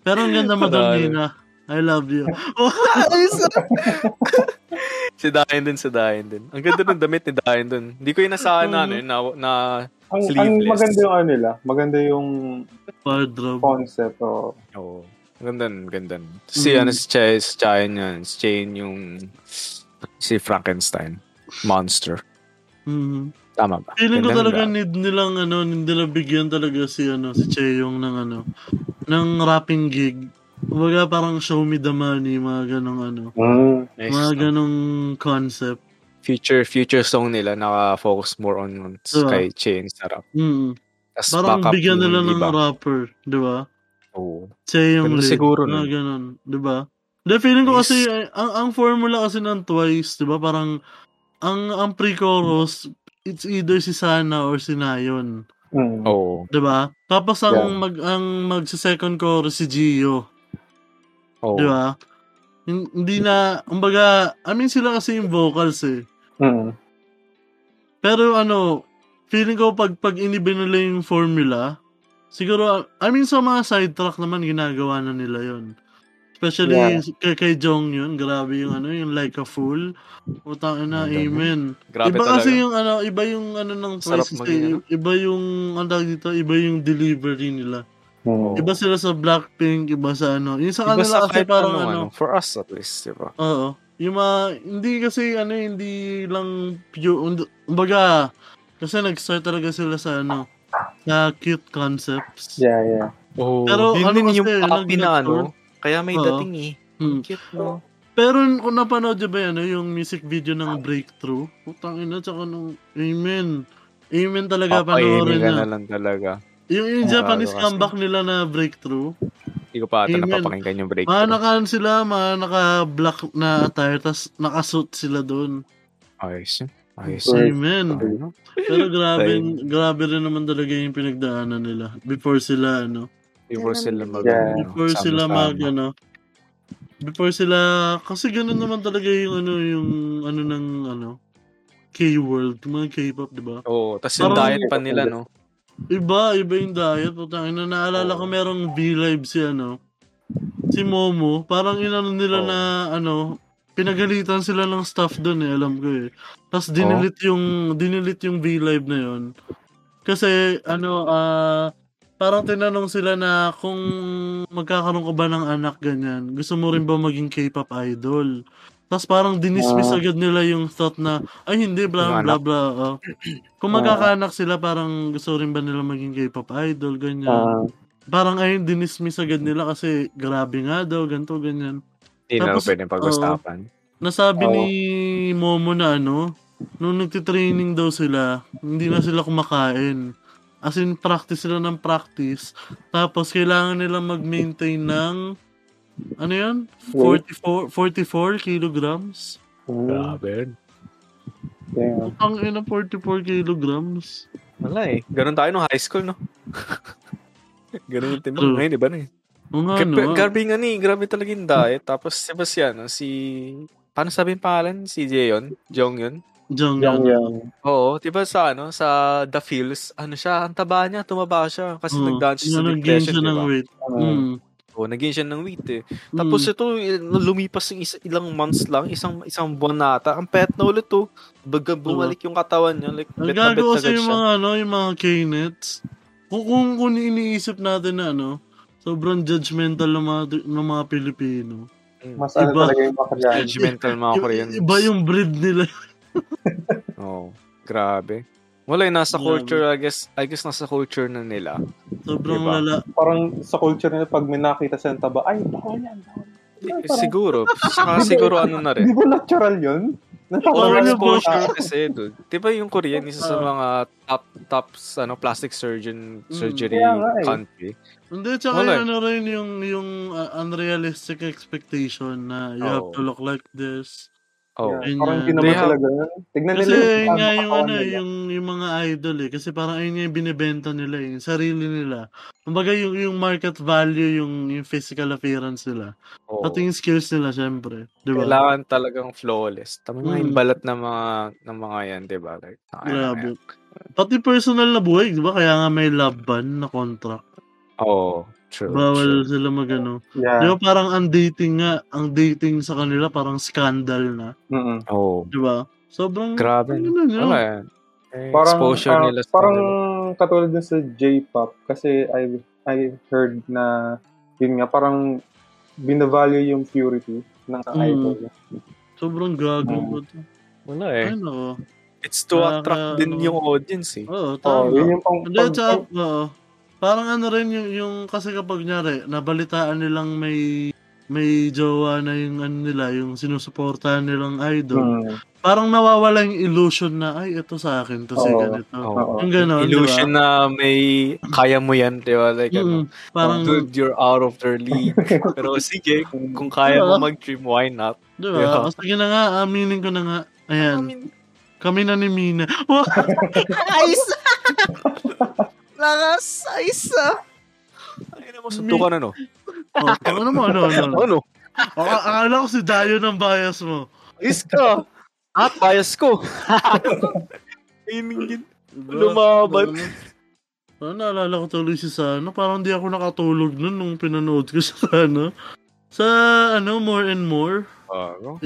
Speaker 3: Pero ang ganda mo doon,
Speaker 1: Parang-
Speaker 3: Nina. I love you.
Speaker 1: Si Dayan din, si Dayan din. Ang ganda ng damit ni Dayan din. Hindi ko inasahan na, ano, yun, na, na,
Speaker 2: Ang, ang
Speaker 1: Sleeveless.
Speaker 2: maganda yung ano nila. Maganda yung
Speaker 3: Wardrobe.
Speaker 2: concept. Oh.
Speaker 1: Oo. Ganda, nun, ganda. nun. Si
Speaker 3: Mm.
Speaker 1: ano si Chay, si Chayan yan, si Chayan yung si Frankenstein monster.
Speaker 3: Mhm.
Speaker 1: Tama ba?
Speaker 3: Feeling ko
Speaker 1: Ganda nun
Speaker 3: talaga
Speaker 1: ba?
Speaker 3: need nilang ano, need nila bigyan talaga si ano, si Cheyong ng ano, ng rapping gig. Kumbaga parang show me the money, mga ganong ano.
Speaker 2: Mm.
Speaker 1: Nice.
Speaker 3: Mga ganong concept.
Speaker 1: Future future song nila naka-focus more on, on
Speaker 3: Diba?
Speaker 1: kay Chayan sa rap.
Speaker 3: Mm.
Speaker 1: Tas
Speaker 3: Parang
Speaker 1: backup
Speaker 3: bigyan
Speaker 1: yung
Speaker 3: nila ng ano.
Speaker 1: iba.
Speaker 3: rapper, di ba?
Speaker 1: Oo.
Speaker 3: Siya yung
Speaker 1: Ganun
Speaker 3: lead.
Speaker 1: siguro,
Speaker 3: Mga
Speaker 1: no?
Speaker 3: ganun, di ba? Hindi, feeling ko kasi,
Speaker 1: Yes.
Speaker 3: ay, ang, ang formula kasi ng Twice, di ba, parang, ang, ang pre-chorus, it's either si Sana or si Nayon,
Speaker 2: Mm.
Speaker 1: Oo.
Speaker 3: di ba? Tapos ang,
Speaker 2: Yeah.
Speaker 3: mag, ang magsa-second chorus si Gio,
Speaker 1: Oo.
Speaker 3: di ba? Hin- Hindi na, kumbaga, I mean, sila kasi yung vocals eh.
Speaker 2: Mm.
Speaker 3: Pero ano, feeling ko pag pag inibin nila yung formula, siguro, I mean sa mga sidetrack naman, ginagawa na nila yon Especially
Speaker 2: Yeah.
Speaker 3: kay, kay Jong yun, grabe yung ano, yung like a fool. Putang
Speaker 1: Ang
Speaker 3: ina,
Speaker 1: dami.
Speaker 3: amen.
Speaker 1: Grabe
Speaker 3: iba
Speaker 1: talaga.
Speaker 3: kasi yung ano, iba yung ano ng
Speaker 1: Sarap
Speaker 3: choices,
Speaker 1: maging ano.
Speaker 3: iba yung, ang tawag dito, iba yung delivery nila.
Speaker 1: Diba?
Speaker 2: Mm.
Speaker 3: Iba sila sa Blackpink, iba sa ano. Yung sa
Speaker 1: Iba
Speaker 3: kanila
Speaker 1: sa
Speaker 3: kasi
Speaker 1: kahit
Speaker 3: parang
Speaker 1: ano,
Speaker 3: ano,
Speaker 1: ano, for us at least, diba? di ba?
Speaker 3: Oo. Yung mga, hindi kasi, ano, hindi lang pure, und- baga, kasi nag-start talaga sila sa, ano, sa cute concepts.
Speaker 2: Yeah, yeah.
Speaker 1: Oo.
Speaker 3: Pero
Speaker 1: Yun
Speaker 3: ano
Speaker 1: din
Speaker 3: kasi,
Speaker 1: yung happy na
Speaker 3: nag-nag-
Speaker 1: ano, kaya may
Speaker 3: Oo.
Speaker 1: dating eh.
Speaker 3: Hmm.
Speaker 1: Cute no.
Speaker 3: Pero kung napanood nyo ba yan, ano, yung music video ng Breakthrough, putang ina, tsaka nung, amen. Amen
Speaker 1: Ah,
Speaker 3: talaga, panoorin
Speaker 1: Papainigan
Speaker 3: niya.
Speaker 1: na lang talaga.
Speaker 3: Yung, yung
Speaker 2: Oo,
Speaker 3: Japanese
Speaker 1: kasi.
Speaker 3: comeback nila na Breakthrough,
Speaker 1: Hindi ko pa ata
Speaker 3: Amen.
Speaker 1: napapakinggan yung break.
Speaker 3: mga nakaan sila, mga naka-black na attire, tas naka-suit sila doon.
Speaker 1: Ayos yun. Ayos yun.
Speaker 2: Right.
Speaker 3: Amen.
Speaker 1: Ayun.
Speaker 3: Pero grabe,
Speaker 1: Time.
Speaker 3: grabe rin naman talaga yung pinagdaanan nila before sila ano,
Speaker 1: Before sila mag
Speaker 2: Yeah.
Speaker 1: ano,
Speaker 3: before
Speaker 1: sama-sama.
Speaker 3: sila mag ano, before sila kasi ganun naman talaga yung ano yung ano ng ano K-world, yung mga K-pop, di ba?
Speaker 1: Oo, tas yung
Speaker 3: Parang-
Speaker 1: diet pa nila, no?
Speaker 3: Iba, iba yung diet. Putang ina, naalala ko merong V-Live si ano, si Momo. Parang inano nila
Speaker 1: Oo.
Speaker 3: na, ano, pinagalitan sila ng staff doon eh, alam ko eh. Tapos dinilit yung, dinilit yung V-Live na yon Kasi, ano, ah, parang tinanong sila na kung magkakaroon ka ba ng anak ganyan, gusto mo rin ba maging K-pop idol? Tapos parang dinismiss
Speaker 2: Ah.
Speaker 3: agad nila yung thought na, ay hindi, bla
Speaker 1: Yung
Speaker 3: bla
Speaker 1: anak.
Speaker 3: bla. oh. Kung
Speaker 2: Ah.
Speaker 3: magkakaanak sila, parang gusto rin ba nila maging K-pop idol, ganyan.
Speaker 2: Ah,
Speaker 3: parang ayun, dinismiss agad nila kasi grabe nga daw, ganto ganyan.
Speaker 1: Hindi na
Speaker 3: Tapos,
Speaker 1: pwede pag-usapan.
Speaker 3: Nasabi
Speaker 2: Oo.
Speaker 3: ni Momo na ano, nung nagtitraining daw sila, hindi na sila kumakain. As in, practice sila ng practice. Tapos, kailangan nila mag-maintain ng, ano yun?
Speaker 2: Wait.
Speaker 3: 44, 44 kilograms?
Speaker 2: mm,
Speaker 1: Grabe yun.
Speaker 2: yeah.
Speaker 3: Putang ina, 44 kilograms.
Speaker 1: Wala eh. Ganun tayo nung high school, no? Ganun yung timbang.
Speaker 3: True.
Speaker 1: Ngayon, di ba na eh?
Speaker 3: O nga,
Speaker 1: Kaya,
Speaker 3: no?
Speaker 1: Grabe nga ni, grabe talaga yung diet. Tapos si Bastiano, si... Paano sabi yung pangalan? Si Jeon? Jong yun?
Speaker 3: Diyan
Speaker 2: Yung,
Speaker 3: nga.
Speaker 2: yung,
Speaker 1: Oo, di ba sa ano, sa The Fields, ano siya, ang taba niya, tumaba siya kasi
Speaker 3: Oo.
Speaker 1: nag-dance siya
Speaker 3: Yung
Speaker 1: sa
Speaker 3: nag-gain
Speaker 1: depression,
Speaker 3: siya
Speaker 1: di
Speaker 3: ng
Speaker 1: ba?
Speaker 3: weight.
Speaker 2: ano,
Speaker 3: Mm.
Speaker 1: Oo, nag-gain siya ng weight eh. Hmm. Tapos
Speaker 3: Mm.
Speaker 1: ito, il- lumipas yung isa- ilang months lang, isang isang buwan na ata, ang pet na ulit to. Baga bumalik yung katawan niya, like,
Speaker 3: Ang
Speaker 1: bet na bet
Speaker 3: gago
Speaker 1: agad
Speaker 3: kasi yung
Speaker 1: siya.
Speaker 3: mga ano, yung mga K-nets. Kung, kung, kung iniisip natin na ano, sobrang judgmental ng mga, ng mga Pilipino.
Speaker 2: mas ano
Speaker 3: Iba.
Speaker 2: talaga yung makagaan.
Speaker 1: Judgmental mga
Speaker 3: Yung-
Speaker 1: Koreans.
Speaker 3: Iba yung breed nila.
Speaker 1: Oo, Oh, grabe. Wala, eh, nasa
Speaker 3: Grabe.
Speaker 1: culture, I guess, I guess nasa culture na nila.
Speaker 3: Sobrang
Speaker 1: Iba.
Speaker 3: lala.
Speaker 2: Parang sa culture nila, pag may nakita sa taba, ay, bawal yan, bawal.
Speaker 1: Eh,
Speaker 2: Parang-
Speaker 1: Siguro, saka siguro ano na rin.
Speaker 2: Di ba natural yun?
Speaker 1: Or
Speaker 3: Parang
Speaker 2: Natural
Speaker 1: mas
Speaker 3: yung boss-
Speaker 1: culture kasi, dude. Di ba yung Korean, isa sa
Speaker 3: Ah.
Speaker 1: mga top, top ano, plastic surgeon,
Speaker 3: Mm.
Speaker 1: surgery
Speaker 2: Kaya nga eh.
Speaker 1: country.
Speaker 3: Hindi, tsaka
Speaker 1: Wala.
Speaker 3: yung ano rin yung, yung uh, unrealistic expectation na you
Speaker 1: Oo.
Speaker 3: have to look like this.
Speaker 1: Oh.
Speaker 2: Yeah, Parang hindi naman
Speaker 3: Ganyan.
Speaker 1: They have-
Speaker 2: talaga yun. Tignan
Speaker 3: Kasi
Speaker 2: nila
Speaker 3: yun nga yung
Speaker 2: katawan
Speaker 3: ano,
Speaker 2: nila.
Speaker 3: yung, yung mga idol eh. Kasi parang ayun nga yung binibenta nila eh. Yung sarili nila. Kumbaga yung, yung market value, yung, yung physical appearance nila.
Speaker 1: Oo.
Speaker 3: Pati yung skills nila, syempre. Di ba?
Speaker 1: Kailangan talagang flawless. Tama nga yung
Speaker 3: Mm.
Speaker 1: balat ng mga, ng mga yan, di ba? Like, ay,
Speaker 3: Grabe.
Speaker 1: ay,
Speaker 3: Pati personal na buhay, di ba? Kaya nga may love ban na contract.
Speaker 1: Oo. True,
Speaker 3: Bawal
Speaker 1: true.
Speaker 3: sila magano.
Speaker 2: Yeah.
Speaker 3: Di ba parang ang dating nga, ang dating sa kanila parang scandal na.
Speaker 2: Mm-mm.
Speaker 1: Oo.
Speaker 3: Di ba? Sobrang...
Speaker 1: Grabe.
Speaker 3: Ano yun, yun?
Speaker 1: Wala yan. Eh,
Speaker 2: Parang,
Speaker 1: exposure
Speaker 2: ah,
Speaker 1: nila. sa
Speaker 2: parang
Speaker 1: kanila.
Speaker 2: katulad din sa J-pop kasi I I heard na yun nga parang binavalue yung purity ng
Speaker 3: Mm.
Speaker 2: idol.
Speaker 3: Sobrang gago.
Speaker 2: Mm.
Speaker 3: po.
Speaker 1: Wala eh.
Speaker 3: Ay, nako.
Speaker 1: It's to
Speaker 3: Nakaka-
Speaker 1: attract din
Speaker 3: ano.
Speaker 1: yung audience eh.
Speaker 2: Oh,
Speaker 3: Oo, tama.
Speaker 2: yun yung pang,
Speaker 3: Hindi,
Speaker 2: pag,
Speaker 3: tsaka, oo. Parang ano rin yung, yung kasi kapag nyari, nabalitaan nilang may may jowa na yung ano nila, yung sinusuportahan nilang idol.
Speaker 2: Hmm.
Speaker 3: Parang nawawala yung illusion na, ay, ito sa akin, to si
Speaker 2: Oo.
Speaker 3: ganito.
Speaker 1: Oo.
Speaker 3: Yung gano'n, di ba?
Speaker 1: Illusion na may kaya mo yan, di ba? Like, ano,
Speaker 3: Mm, parang,
Speaker 1: Dude, you're out of their league. Pero sige, kung kaya
Speaker 3: Diba?
Speaker 1: mo mag-dream, why not?
Speaker 3: di
Speaker 1: yeah.
Speaker 3: ba? O, sige na nga, aminin ko na nga.
Speaker 1: I
Speaker 3: Ayan,
Speaker 1: mean,
Speaker 3: kami na ni Mina.
Speaker 4: Ayos! Lakas! Ayos ah!
Speaker 1: ay na mo, suntukan ano?
Speaker 3: oh, ano mo, ano, ano? ano?
Speaker 1: Ano?
Speaker 3: O, akala ko si Dayo ng bias mo.
Speaker 1: Is ka!
Speaker 3: Ah,
Speaker 1: At bias ko! Iningin.
Speaker 3: Diba?
Speaker 1: Lumaban.
Speaker 3: Ano, naalala ko tuloy si Sano. Parang di ako nakatulog nun nung pinanood ko sa ano. Sa ano, more and more.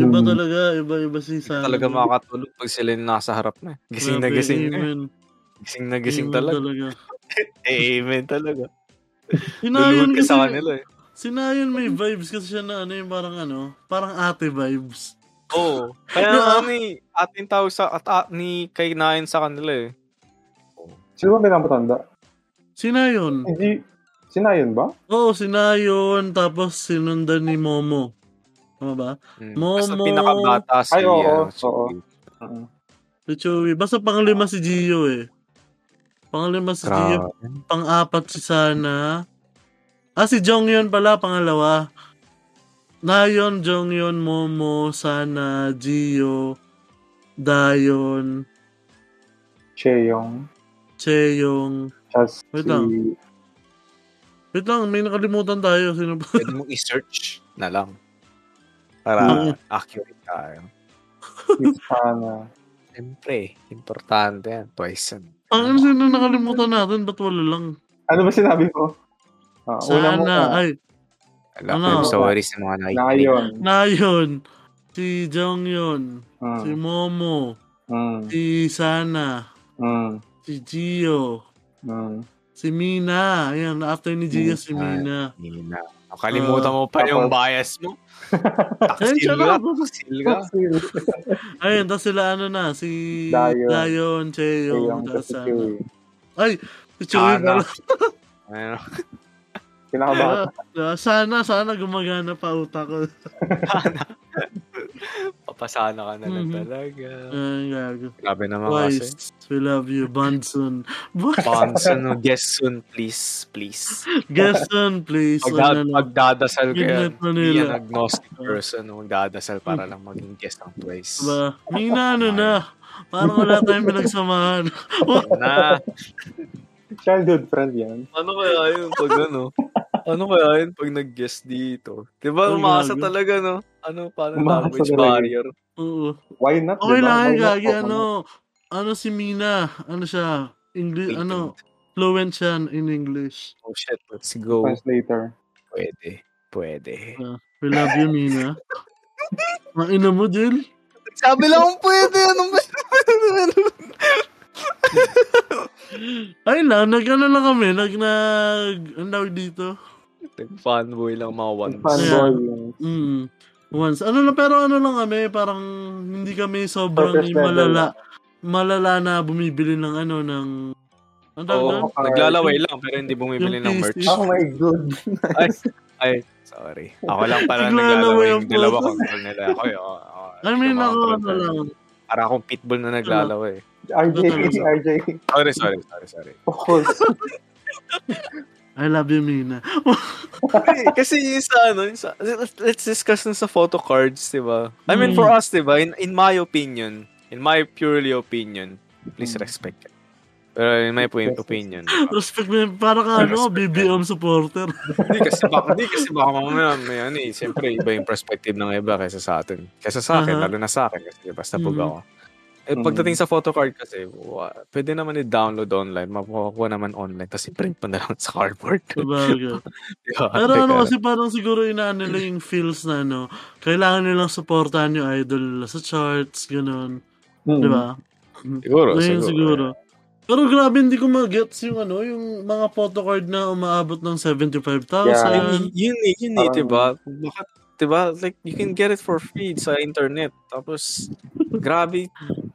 Speaker 3: Iba
Speaker 2: Hmm.
Speaker 3: talaga, iba-iba si Sano.
Speaker 1: Talaga makakatulog pag sila yung nasa harap na. eh. Gising na
Speaker 3: Grabe,
Speaker 1: gising na. eh.
Speaker 3: amen.
Speaker 1: Gising na gising
Speaker 3: Amen
Speaker 1: talaga. Eh, Amen talaga. Lulunod
Speaker 3: Sinayon
Speaker 1: ka
Speaker 3: kasi,
Speaker 1: sa kanila eh.
Speaker 3: sinayon may vibes kasi siya na ano yung parang ano, parang ate vibes.
Speaker 1: Oo. Kaya nga ni ating tawag sa at, at ni kay Nain sa kanila eh.
Speaker 2: Sino ba pinapatanda?
Speaker 3: Sinayon.
Speaker 2: Hindi, sinayon ba?
Speaker 3: Oo, sinayon. Tapos sinundan ni Momo. Tama ba?
Speaker 1: Mm.
Speaker 3: Momo.
Speaker 1: Basta pinakabata si
Speaker 2: Ay,
Speaker 1: ah,
Speaker 2: oo,
Speaker 1: si-
Speaker 2: oo.
Speaker 3: Mm.
Speaker 2: Mm-mm.
Speaker 3: Si Chewie. Basta panglima si Gio eh. Panglima si Gio.
Speaker 1: Grabe.
Speaker 3: pang-apat si Sana. Ah, si Jonghyun pala, pangalawa. Nayon, Jonghyun, Momo, Sana, Gio, Dayon,
Speaker 2: Cheyong.
Speaker 3: Cheyong.
Speaker 2: Tapos
Speaker 3: Wait
Speaker 2: si...
Speaker 3: lang. Wait lang, may nakalimutan tayo. Sino ba?
Speaker 1: pwede mong i-search na lang. Para
Speaker 3: Mm.
Speaker 1: accurate tayo.
Speaker 2: si Sana.
Speaker 1: Siyempre, importante yan. Twice yan.
Speaker 3: Ang ano sino nakalimutan natin? Ba't wala lang?
Speaker 2: Ano ba sinabi mo? Ah, una mo
Speaker 3: Sana.
Speaker 2: na.
Speaker 3: Ay,
Speaker 1: Alam
Speaker 3: Ano?
Speaker 1: ko yung sorry sa mga nakikinig.
Speaker 2: Na yun.
Speaker 3: na yun. Si Jong yun. Si
Speaker 2: Mm,
Speaker 3: Momo.
Speaker 2: mm,
Speaker 3: Si Sana.
Speaker 2: mm,
Speaker 3: Si Gio.
Speaker 2: mm.
Speaker 3: Si Mina. Ayan, after ni Gio, si Mina.
Speaker 1: Hindi na.
Speaker 3: Ah.
Speaker 1: Nakalimutan mo pa yung
Speaker 2: Tapos-
Speaker 1: bias mo.
Speaker 3: Eh,
Speaker 1: Taksil ka. Taksil ka.
Speaker 3: Ayun, tapos sila ano na. Si
Speaker 2: Dayon.
Speaker 3: Dayon, Cheyong,
Speaker 2: Yung
Speaker 3: tapos
Speaker 2: kasi
Speaker 3: Sana.
Speaker 2: Chewy.
Speaker 3: Ay, si Chewy
Speaker 1: Sana.
Speaker 3: pala.
Speaker 1: Ano?
Speaker 2: Kinakabahan.
Speaker 3: Ah, Sana, sana gumagana pa utak ko.
Speaker 1: Papasana ka na lang
Speaker 3: Mhm.
Speaker 1: talaga.
Speaker 3: Ay, gago.
Speaker 1: Grabe naman kasi.
Speaker 3: Twice. We love you, Bunson.
Speaker 1: Bonson, no, guess soon, please, please.
Speaker 3: Guess on, please.
Speaker 1: Magda-
Speaker 3: Ano na. Mm.
Speaker 1: magdadasal ka yan.
Speaker 3: Midnight
Speaker 1: Hindi
Speaker 3: Manila.
Speaker 1: yan agnostic person. no? Magdadasal para lang maging guest ng twice.
Speaker 3: Ba, Mina, ano na? Parang wala tayong pinagsamahan.
Speaker 1: Ano na.
Speaker 2: Childhood friend yan.
Speaker 1: Ano kaya yun pag ano? Ano kaya yun pag nag-guest dito? Di ba
Speaker 3: Ang
Speaker 1: umasa
Speaker 3: gago.
Speaker 1: talaga, no? Ano, parang
Speaker 2: Umasa
Speaker 1: language
Speaker 2: talaga.
Speaker 1: barrier.
Speaker 3: Oo.
Speaker 2: Why not?
Speaker 3: Okay
Speaker 2: diba?
Speaker 3: lang,
Speaker 2: Why not?
Speaker 3: gagi, ano? Ano si Mina? Ano siya? English,
Speaker 1: Patent.
Speaker 3: ano? Fluent siya in English.
Speaker 1: Oh shit, let's go.
Speaker 2: Translator.
Speaker 1: Pwede. Pwede.
Speaker 3: We love you, Mina. Maina mo, Jill?
Speaker 1: Sabi lang kung pwede. Anong pwede?
Speaker 3: Ay lang, nag ano lang kami, nag nag, ang tawag dito?
Speaker 1: Fanboy lang mga once.
Speaker 2: Fanboy. yun.
Speaker 3: Mm. Once. Ano lang, pero ano lang kami, parang hindi kami sobrang
Speaker 2: Surface level
Speaker 3: malala, malala na bumibili ng ano, ng, ang tawag doon?
Speaker 1: Oo,
Speaker 2: Alright.
Speaker 1: naglalaway lang pero hindi bumibili
Speaker 3: Yung
Speaker 1: ng
Speaker 3: PC.
Speaker 1: merch.
Speaker 2: Oh my god.
Speaker 1: Ay, sorry. Ako lang pala
Speaker 3: Naglalaway
Speaker 1: naglalaway
Speaker 3: ang
Speaker 1: yung dalawa
Speaker 3: puto.
Speaker 1: control nila. Ako yun. oo, oo.
Speaker 3: I mean,
Speaker 1: Yung mga
Speaker 3: ako
Speaker 1: control
Speaker 3: ano
Speaker 1: nila.
Speaker 3: lang.
Speaker 1: Para akong pitbull na naglalaway.
Speaker 2: RJ, RJ,
Speaker 1: Sorry, sorry, sorry, sorry.
Speaker 2: focus.
Speaker 3: I love you, Mina.
Speaker 1: Kasi yung sa ano, yung sa, let's discuss nun sa photo cards, di ba? I mean,
Speaker 3: Mm.
Speaker 1: for us, di ba? In, in my opinion, in my purely opinion, please
Speaker 2: Mm.
Speaker 1: respect it. Pero in my point,
Speaker 2: Yes, yes.
Speaker 1: opinion, di ba?
Speaker 3: Respect mo, yun. para ka ano,
Speaker 1: Respect.
Speaker 3: BBM supporter.
Speaker 1: Hindi kasi baka, hindi kasi baka mamaya may ano eh. Siyempre, iba yung perspective ng iba kaysa sa atin. Kaysa sa akin,
Speaker 3: Aha.
Speaker 1: lalo na sa akin kasi basta pag
Speaker 2: Mm-hmm.
Speaker 3: Mhm.
Speaker 1: ako. Eh, pagdating sa photocard kasi, wa- pwede naman i-download online, makukuha naman online, tapos i-print pa na lang sa cardboard.
Speaker 3: Sabagay.
Speaker 1: Diba?
Speaker 3: Pero
Speaker 1: Teka.
Speaker 3: ano kasi parang siguro inaano nila yung feels na ano, kailangan nilang supportahan yung idol nila sa charts, ganun.
Speaker 2: Hmm.
Speaker 3: Di ba?
Speaker 1: Siguro,
Speaker 3: Ngayon
Speaker 1: siguro.
Speaker 3: siguro. Pero grabe, hindi ko mag-gets yung ano, yung mga photocard na umaabot ng 75,000.
Speaker 1: I
Speaker 2: Yeah.
Speaker 1: mean, yun eh, yun eh,
Speaker 2: Parang-
Speaker 1: diba? Bakit, diba? Like, you can get it for free sa internet. Tapos, grabe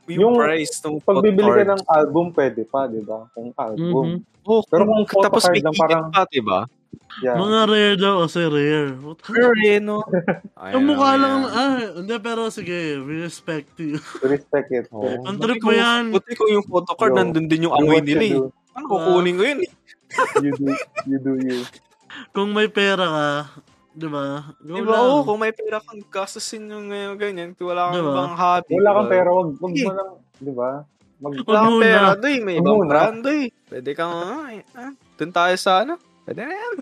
Speaker 1: yung,
Speaker 2: Yung
Speaker 1: price ng
Speaker 2: Pagbibili ka
Speaker 1: photocard.
Speaker 2: ng album, pwede pa, di ba? Kung
Speaker 3: Mm-hmm.
Speaker 2: album.
Speaker 1: Oh,
Speaker 2: Pero kung
Speaker 1: tapos
Speaker 2: photocard
Speaker 1: may
Speaker 2: lang
Speaker 1: ticket
Speaker 2: parang-
Speaker 1: pa, diba?
Speaker 2: Yeah.
Speaker 3: Mga rare daw, kasi rare. What?
Speaker 1: Sure, eh, no? Ayun,
Speaker 3: Yung mukha
Speaker 1: ayun.
Speaker 3: lang, ah, hindi, pero sige, we respect you.
Speaker 2: Respect it.
Speaker 1: Oo.
Speaker 2: Respect
Speaker 3: Ang
Speaker 1: Buti
Speaker 3: trip
Speaker 1: kung-
Speaker 3: mo yan.
Speaker 1: Buti ko yung photocard,
Speaker 2: Yo.
Speaker 1: nandun din yung
Speaker 2: Do
Speaker 1: amoy
Speaker 2: what you
Speaker 1: nila eh.
Speaker 2: do.
Speaker 1: Ano, kukunin ko yun eh.
Speaker 2: You do, you do you.
Speaker 3: Kung may pera ka, di ba? Go
Speaker 1: Diba,
Speaker 3: lang.
Speaker 1: oh, kung may pera kang gastusin yung ngayon, ganyan, kung wala kang
Speaker 3: Diba?
Speaker 1: ibang hobby.
Speaker 2: Wala kang
Speaker 1: diba?
Speaker 2: pera, wag, wag
Speaker 1: Sige.
Speaker 2: mo lang, di ba? Mag,
Speaker 1: Wala kang
Speaker 3: Muna.
Speaker 1: pera, doy. May ibang
Speaker 2: Muna.
Speaker 1: brand, doy. Pwede kang, ah, eh, ah, dun tayo sa ano. Pwede na yan.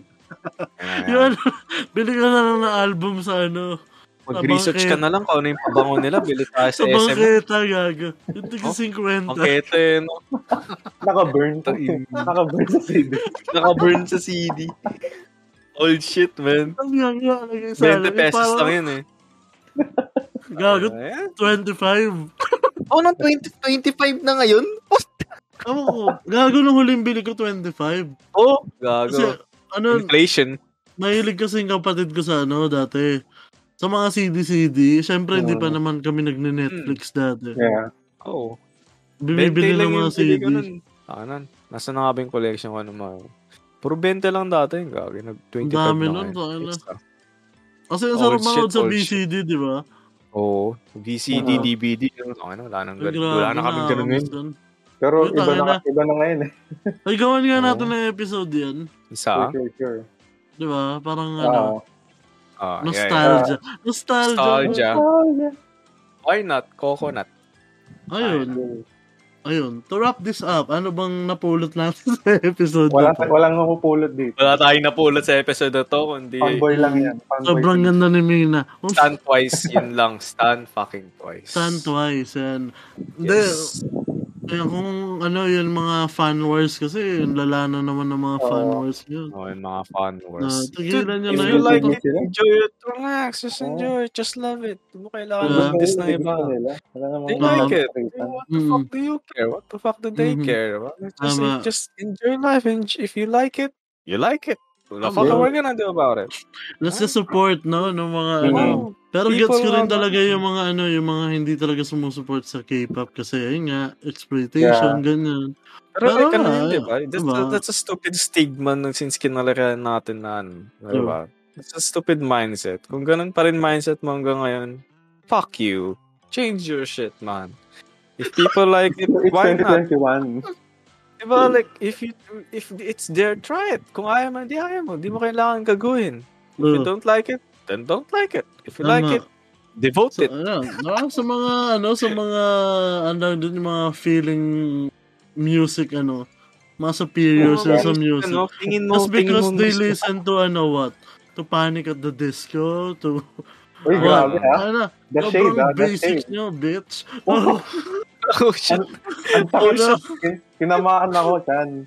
Speaker 3: Yun, ano, bili ka na lang ng album sa ano,
Speaker 1: Mag-research ka na lang kung ano yung pabango nila. Bili tayo sa
Speaker 3: sa
Speaker 1: SM.
Speaker 3: bangketa, gago. Yung
Speaker 1: Oh,
Speaker 3: tig 50.
Speaker 1: Ang kete, no?
Speaker 2: naka-burn. naka-burn sa CD.
Speaker 1: Naka-burn sa CD. Old shit, man.
Speaker 3: Ang ganga, lagay
Speaker 1: 20
Speaker 3: sa alam. Yung
Speaker 1: pesos
Speaker 3: parang,
Speaker 1: lang yun eh.
Speaker 3: Gago,
Speaker 1: Ayan.
Speaker 3: 25.
Speaker 1: Oh, nang 20, 25 na ngayon?
Speaker 3: Ako ko, gago nung huling bili ko 25.
Speaker 1: Oh,
Speaker 3: Kasi,
Speaker 1: gago.
Speaker 3: ano,
Speaker 1: Inflation.
Speaker 3: mahilig kasi yung kapatid ko sa ano dati. Sa mga CD-CD, syempre hindi
Speaker 1: Mm.
Speaker 3: pa naman kami nagne-Netflix dati.
Speaker 2: Yeah.
Speaker 1: Oh.
Speaker 3: Bibibili
Speaker 1: 20 lang
Speaker 3: ng mga
Speaker 1: yung bili
Speaker 3: CD.
Speaker 1: ko nun. Takanan. Nasa na nga ba yung collection ko ng mga... Puro 20 lang dati. Gagi, nag-25
Speaker 3: Ang dami
Speaker 1: na
Speaker 3: nun,
Speaker 1: ngayon.
Speaker 3: tangina.
Speaker 1: Extra.
Speaker 3: Kasi ang
Speaker 1: Old
Speaker 3: sarap
Speaker 1: Oh, shit,
Speaker 3: manood sa
Speaker 1: old
Speaker 3: VCD, di ba?
Speaker 1: Oo. VCD,
Speaker 2: Oo.
Speaker 1: DVD. Ano, ano, wala nang
Speaker 3: Ang
Speaker 1: ganun. Wala na
Speaker 3: grabe,
Speaker 1: kami ganun ngayon.
Speaker 3: nakakamiss nun.
Speaker 2: Pero
Speaker 3: Puta, ano?
Speaker 2: iba na,
Speaker 3: wala.
Speaker 2: iba na ngayon eh.
Speaker 3: Ay, gawan nga
Speaker 1: Oo.
Speaker 3: natin ng episode yan.
Speaker 1: Isa.
Speaker 2: Sure, sure, sure.
Speaker 3: Di ba? Parang
Speaker 2: Ah.
Speaker 3: ano,
Speaker 1: Ah, yeah, yeah.
Speaker 3: nostalgia. Nostalgia.
Speaker 2: Ah.
Speaker 1: Nostalgia.
Speaker 2: Oh, yeah.
Speaker 1: Why not? Coconut.
Speaker 3: Ayun.
Speaker 2: Yeah.
Speaker 3: Ayun, to wrap this up, ano bang napulot natin sa episode
Speaker 2: Wala,
Speaker 3: na to?
Speaker 2: walang nakupulot dito.
Speaker 1: Wala tayong napulot sa episode na to, kundi
Speaker 2: Fanboy lang yan. Fanboy.
Speaker 3: Sobrang ganda ni Mina. Oh,
Speaker 1: stand twice, yun lang. Stand fucking twice.
Speaker 3: Stand twice, yan. Hindi,
Speaker 1: Yes.
Speaker 3: eh, kung ano yun, mga fan wars kasi, yun, lala na naman ng mga
Speaker 2: Oo.
Speaker 3: fan wars yun.
Speaker 1: Oh, yung mga fan
Speaker 3: Na,
Speaker 1: wars.
Speaker 3: tigilan nyo
Speaker 1: If
Speaker 3: na
Speaker 1: you
Speaker 3: yun.
Speaker 1: like
Speaker 3: Ito-
Speaker 1: it, enjoy it. Relax, just enjoy it. Just love it. Hindi Oh. mo kailangan
Speaker 3: Wala.
Speaker 1: ng this na iba.
Speaker 2: Wala namang
Speaker 1: They like it.
Speaker 2: nakakita.
Speaker 1: What the fuck do you care? What the fuck do they
Speaker 3: Mhm.
Speaker 1: care? Well, Just,
Speaker 3: Mm-hmm. Tama.
Speaker 1: just enjoy life. And if you like it, you like it. What the fuck are
Speaker 3: Tama.
Speaker 1: we gonna do about it?
Speaker 3: Let's just support, no, ng mga ano.
Speaker 1: Oh,
Speaker 3: Pero
Speaker 1: People
Speaker 3: gets ko rin
Speaker 1: are-
Speaker 3: talaga yung mga ano, yung mga hindi talaga sumusuport sa K-pop kasi, ayun nga, exploitation, ganyan.
Speaker 1: Pero
Speaker 3: Pero
Speaker 1: like ano
Speaker 3: nga, eh.
Speaker 1: yun, di ba? That's,
Speaker 3: diba?
Speaker 1: that's a stupid stigma na since kinalakayan natin na ano. Di
Speaker 3: True.
Speaker 1: ba? That's a stupid mindset. Kung ganun pa rin mindset mo hanggang ngayon, fuck you. Change your shit, man. If people like it,
Speaker 2: It's
Speaker 1: why not?
Speaker 2: 2021.
Speaker 1: Diba, like, if you, if it's there, try it. Kung ayaw mo, di ayaw mo. Di mo kailangan gaguhin. If you
Speaker 3: Oh,
Speaker 1: don't like it, then don't like it. If you like
Speaker 3: tama.
Speaker 1: it, devote
Speaker 3: So,
Speaker 1: it.
Speaker 3: ano, parang sa mga, ano, sa mga, ano, dun yung mga feeling music, ano, mga superior sila sa music.
Speaker 1: Ano, tingin mo,
Speaker 3: Just
Speaker 1: tingin mo,
Speaker 3: because they
Speaker 1: gusto-
Speaker 3: listen to, ano, what? To Panic at the Disco, to...
Speaker 2: Uy, grabe ha.
Speaker 3: Ano,
Speaker 2: The shade ha.
Speaker 3: sobrang
Speaker 2: The shade.
Speaker 3: basic nyo, bitch.
Speaker 2: Oh,
Speaker 1: Oh, shit.
Speaker 2: Ang takot
Speaker 3: Ano?
Speaker 2: siya. Tinamaan ako, Chan.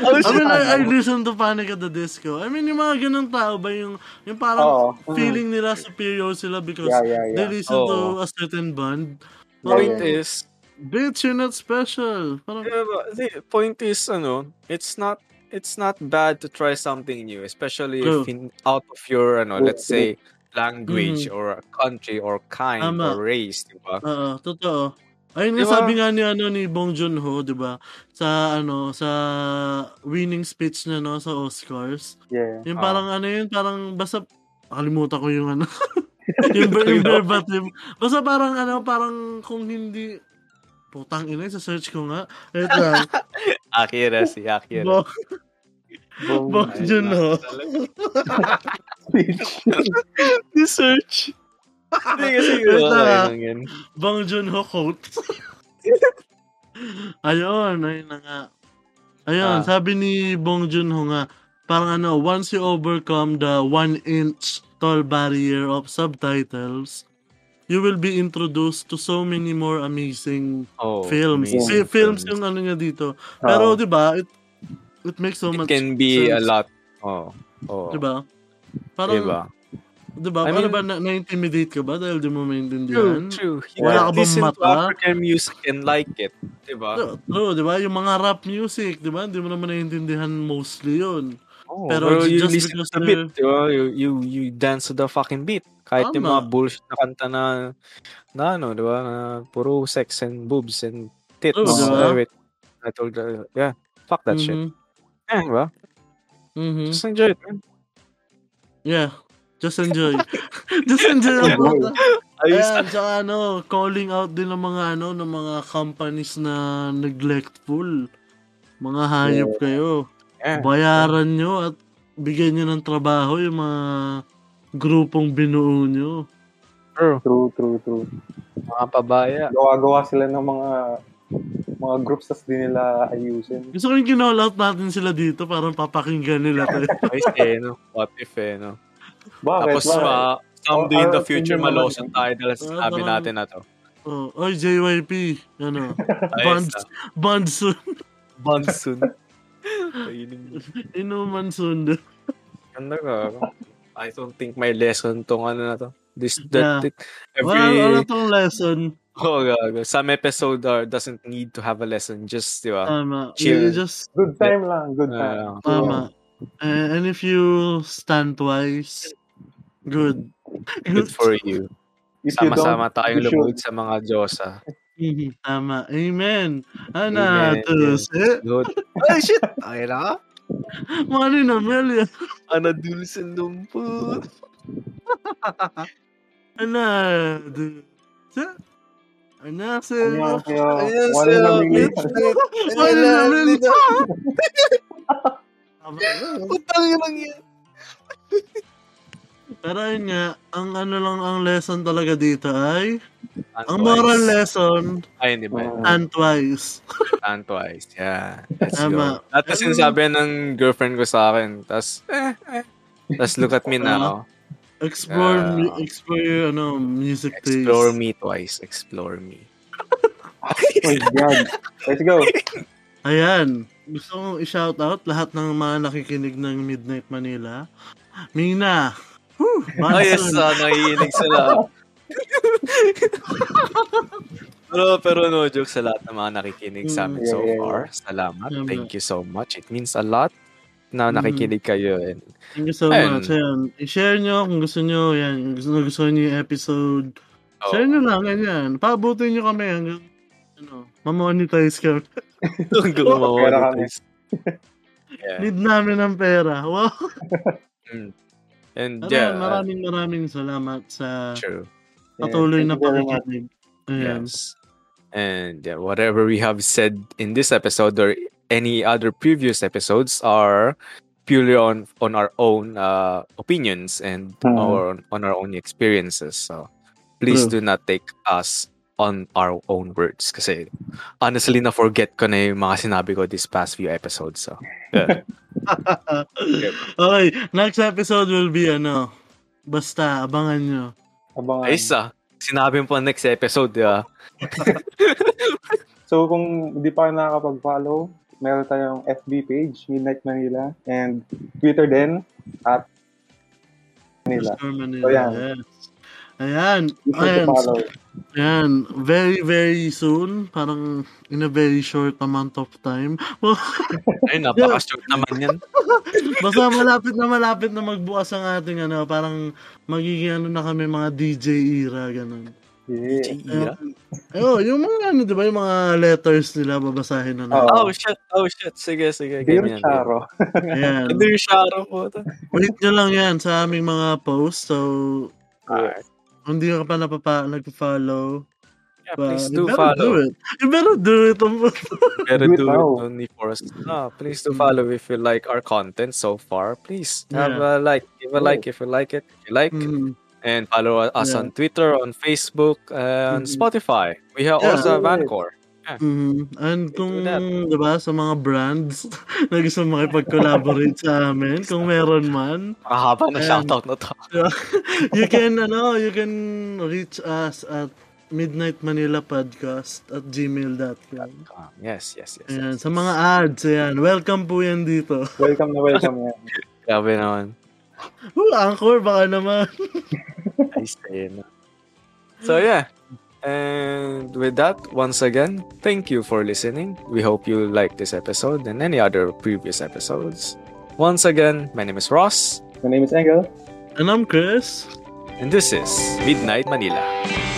Speaker 1: Oh,
Speaker 3: I
Speaker 1: shit.
Speaker 3: mean, I, I listen to Panic at the Disco. I mean, yung mga ganun tao ba yung, yung parang
Speaker 2: Oo. Mm.
Speaker 3: feeling nila superior sila because
Speaker 2: Oh. Yeah, yeah,
Speaker 3: they
Speaker 2: yeah.
Speaker 3: listen
Speaker 1: Oo.
Speaker 3: to a certain band.
Speaker 1: Point
Speaker 3: Parang,
Speaker 2: Yeah.
Speaker 1: is,
Speaker 3: bitch, you're not special. Parang,
Speaker 1: Yeah, but the point is, ano, it's not it's not bad to try something new, especially if
Speaker 3: True.
Speaker 1: in, out of your, ano,
Speaker 2: True,
Speaker 1: let's say, language or country or kind
Speaker 3: Hmm.
Speaker 1: or
Speaker 3: Tama.
Speaker 1: race, di ba?
Speaker 3: Oo, totoo. Ayun
Speaker 1: Di ba?
Speaker 3: nga sabi nga ni ano ni Bong Joon-ho, 'di ba? Sa ano sa winning speech niya no sa Oscars.
Speaker 2: Yeah.
Speaker 1: Ah.
Speaker 3: Yung parang ano yun, parang basta nakalimutan ko yung ano. yung, ver- yung verbatim. Basta parang ano, parang kung hindi putang ina, sa search ko nga. Wait lang.
Speaker 1: Akira, si Akira.
Speaker 3: Bong, Bong
Speaker 1: Ayun
Speaker 3: Joon-ho.
Speaker 1: na, talaga. Research. Hindi kasi
Speaker 3: Wait
Speaker 1: yun.
Speaker 3: lang,
Speaker 1: okay
Speaker 3: ah.
Speaker 1: lang yun.
Speaker 3: Bong Joon-ho quote. ayun, ayun na nga. Ayun,
Speaker 1: Ah.
Speaker 3: sabi ni Bong Joon-ho nga, parang ano, once you overcome the one inch tall barrier of subtitles, you will be introduced to so many more amazing
Speaker 1: Oh,
Speaker 3: films.
Speaker 1: amazing
Speaker 3: Si films
Speaker 1: films.
Speaker 3: yung ano niya dito.
Speaker 2: Ah.
Speaker 3: Pero 'di ba, it it makes so
Speaker 1: It
Speaker 3: much
Speaker 1: can be a
Speaker 3: sense,
Speaker 1: lot. Oh. Oh.
Speaker 3: 'di ba? Parang
Speaker 1: Di ba?
Speaker 3: 'di ba?
Speaker 1: Diba? I
Speaker 3: Ano
Speaker 1: mean-
Speaker 3: ba na, na-intimidate ka ba dahil di mo maintindihan?
Speaker 1: True, true. You
Speaker 3: Wala ka
Speaker 1: can
Speaker 3: bang
Speaker 1: listen to
Speaker 3: mata?
Speaker 1: African music and like it. diba? Di ba?
Speaker 3: True, true, di ba? Yung mga rap music, di ba? Hindi mo naman naiintindihan mostly yun.
Speaker 1: Oh,
Speaker 3: Pero
Speaker 1: pero, you
Speaker 3: just
Speaker 1: listen to
Speaker 3: because
Speaker 1: the beat,
Speaker 3: they're-
Speaker 1: di ba? You, you, you dance to the fucking beat. Kahit yung mga
Speaker 3: Tama.
Speaker 1: bullshit na kanta na, na ano, di ba? Na puro sex and boobs and tits.
Speaker 3: True,
Speaker 2: di
Speaker 1: Oh,
Speaker 2: ba?
Speaker 1: eh, wait. I told you, diba? yeah. Fuck that shit.
Speaker 3: Mhm.
Speaker 1: Yeah, di ba?
Speaker 3: Mhm.
Speaker 1: Just enjoy it, man.
Speaker 3: Yeah. Just enjoy. Just enjoy ang
Speaker 2: Enjoy.
Speaker 3: bata.
Speaker 1: Ayos.
Speaker 3: Ayan, tsaka ano, calling out din ng mga ano, ng mga companies na neglectful. Mga hayop kayo.
Speaker 1: Yeah.
Speaker 3: Bayaran nyo at bigyan nyo ng trabaho yung mga grupong binuo nyo.
Speaker 1: True.
Speaker 2: True, true, true.
Speaker 1: Mga pabaya.
Speaker 2: Gawa-gawa sila ng mga mga groups tas di nila ayusin.
Speaker 3: Gusto ko yung kinall out natin sila dito parang papakinggan nila tayo.
Speaker 1: Ayos eh, no? What if eh, no?
Speaker 2: Bakit?
Speaker 1: Tapos, ah,
Speaker 2: Bakit?
Speaker 1: ma, someday in the future,
Speaker 2: Or- or-
Speaker 1: malosan tayo dahil sa
Speaker 3: Ah,
Speaker 1: sabi
Speaker 3: parang-
Speaker 1: natin na to.
Speaker 3: Oh, oy, JYP. Ano?
Speaker 1: Ayos ah.
Speaker 3: Bonds,
Speaker 1: na.
Speaker 3: bonds soon.
Speaker 1: Bonsun. Kainin mo.
Speaker 3: Inuman soon.
Speaker 1: Ganda ka. I don't think may lesson tong ano na to. This, that,
Speaker 3: Yeah.
Speaker 1: it-
Speaker 3: Wala, wala
Speaker 1: every,
Speaker 3: tong lesson.
Speaker 1: oh, gago. Some episode are, doesn't need to have a lesson. Just, di ba?
Speaker 3: Tama.
Speaker 1: Ah, Chill.
Speaker 3: You just,
Speaker 2: Good time lang, good time.
Speaker 1: Uh,
Speaker 3: tama. Eh, And, and if you stand twice, good.
Speaker 1: good for you.
Speaker 2: If you don't,
Speaker 1: Sama-sama tayong
Speaker 2: you
Speaker 1: lubog sa mga Diyosa.
Speaker 3: Mhm, Tama. Amen. Ana,
Speaker 1: Amen.
Speaker 3: tos. Eh,
Speaker 1: Good. Ay, shit! Ay na!
Speaker 3: money na, Mel. yan.
Speaker 1: Anadul sa lumpur.
Speaker 3: Ana, tos. Eh, Ana, sis.
Speaker 2: Annyeonghaseyo.
Speaker 1: Ayun
Speaker 2: Wala
Speaker 1: sa'yo.
Speaker 2: namang
Speaker 1: Ayun
Speaker 2: lipat.
Speaker 1: sa'yo.
Speaker 3: Money na,
Speaker 1: Ayun
Speaker 3: Mel.
Speaker 1: sa'yo.
Speaker 3: Tama.
Speaker 1: Putang ina lang yan.
Speaker 3: Pero yun nga, ang ano lang ang lesson talaga dito ay,
Speaker 1: And
Speaker 3: ang
Speaker 1: twice.
Speaker 3: moral lesson,
Speaker 1: Ayun, di ba?
Speaker 2: Oo.
Speaker 3: and twice.
Speaker 1: And twice. Yeah. Let's
Speaker 3: Tama.
Speaker 1: go. Lahat kasi sinasabi ng girlfriend ko sa akin. Tapos, eh, eh. Tapos look at me oh, now.
Speaker 3: Explore,
Speaker 1: Yeah.
Speaker 3: mu- explore your, ano, music taste.
Speaker 1: Explore me twice. Explore me.
Speaker 2: Oh my God. Let's go.
Speaker 3: Ayan. Gusto kong i-shoutout lahat ng mga nakikinig ng Midnight Manila. Mina! Whew,
Speaker 1: Oh, yes,
Speaker 3: Manson.
Speaker 1: ah, nahihilig sila. pero, pero no joke sa lahat ng mga nakikinig sa amin
Speaker 2: Mm, yeah,
Speaker 1: so
Speaker 2: yeah, yeah.
Speaker 1: far. Salamat.
Speaker 3: Tama.
Speaker 1: Thank you so much. It means a lot na nakikinig kayo. And
Speaker 3: Thank you so
Speaker 1: Ayun.
Speaker 3: much. Ayan. I-share nyo kung gusto nyo. Ayan. Kung gusto, gusto nyo yung episode.
Speaker 1: Oo.
Speaker 3: Share nyo lang. Ayan. Paabutin nyo kami hanggang ano, mamonetize ka.
Speaker 1: Ang gumawa
Speaker 2: Pera
Speaker 1: nito
Speaker 2: kami.
Speaker 1: is- Yeah.
Speaker 3: Need namin ng pera. Wow.
Speaker 1: And
Speaker 3: Pero
Speaker 1: yeah, uh,
Speaker 3: maraming maraming salamat sa
Speaker 1: true.
Speaker 3: patuloy
Speaker 2: Yeah,
Speaker 3: na
Speaker 2: thank you very much.
Speaker 3: pakikinig. Ayan.
Speaker 1: Yes. And yeah, whatever we have said in this episode or any other previous episodes are purely on on our own uh, opinions and
Speaker 2: Mhm.
Speaker 1: our on our own experiences. So please do not take us on our own words kasi honestly na forget ko na yung mga sinabi ko this past few episodes. So
Speaker 3: okay. Next episode will be ano. Basta, abangan nyo.
Speaker 2: Abangan.
Speaker 1: ayos ah. Sinabi mo pa next episode, di ba?
Speaker 2: So kung hindi pa kayo nakakapag-follow, meron tayong FB page, Midnight Manila, and Twitter din, at Manila.
Speaker 3: Mr. Manila.
Speaker 2: So, yan.
Speaker 3: Yes. Ayan.
Speaker 2: Please sure to
Speaker 3: Ayan.
Speaker 2: follow.
Speaker 3: Ayan. Very, very soon. Parang in a very short amount of time.
Speaker 1: Ayun, napaka-short naman yan.
Speaker 3: Basta malapit na malapit na magbukas ang ating ano. Parang magiging ano na kami mga DJ era. Ganun.
Speaker 2: Yeah.
Speaker 1: Ira.
Speaker 3: Oh, yung mga ano, di ba? Yung mga letters nila babasahin na natin.
Speaker 1: Oh shit, oh shit. Sige, sige.
Speaker 2: Dear
Speaker 1: ganyan.
Speaker 2: Charo.
Speaker 3: Ayan.
Speaker 1: Hindi yung Sharo po.
Speaker 3: Wait nyo lang yan sa aming mga post. So,
Speaker 1: Alright.
Speaker 3: kung di ka pa napapa, nag-follow,
Speaker 1: Yeah,
Speaker 3: pa-
Speaker 1: please do
Speaker 3: you better do
Speaker 1: follow.
Speaker 3: it. You better do it.
Speaker 1: Better
Speaker 2: Do it
Speaker 1: do it
Speaker 2: now.
Speaker 1: only for us. Ah, please do
Speaker 3: Mm.
Speaker 1: follow if you like our content so far. Please have a
Speaker 3: Yeah.
Speaker 1: like. Give a
Speaker 2: Oh.
Speaker 1: like if you like it. If you like it.
Speaker 3: Mm.
Speaker 1: And follow us
Speaker 3: Yeah.
Speaker 1: on Twitter, on Facebook, and
Speaker 3: Mhm.
Speaker 1: Spotify. We have
Speaker 3: Yeah.
Speaker 1: also have
Speaker 2: Yeah.
Speaker 1: Anchor.
Speaker 3: Mm, and kung,
Speaker 1: that.
Speaker 3: di ba, sa mga brands na gusto makipag-collaborate sa amin, kung meron man,
Speaker 1: Mahaba na
Speaker 3: Ayan.
Speaker 1: shoutout na to.
Speaker 3: you can, ano, you can reach us at midnightmanilapodcast at gmail.com.
Speaker 1: Yes, yes, yes.
Speaker 3: Ayan,
Speaker 1: yes.
Speaker 3: sa mga ads, ayan. Welcome po yan dito.
Speaker 2: Welcome na welcome yan.
Speaker 1: Grabe naman.
Speaker 3: Oh, Anchor, baka naman.
Speaker 1: Ayos na yun. So yeah. And with that, once again, thank you for listening. We hope you like this episode and any other previous episodes. Once again, my name is Ross,
Speaker 2: My name is Engel.
Speaker 3: And I'm Chris.
Speaker 1: and this is Midnight Manila.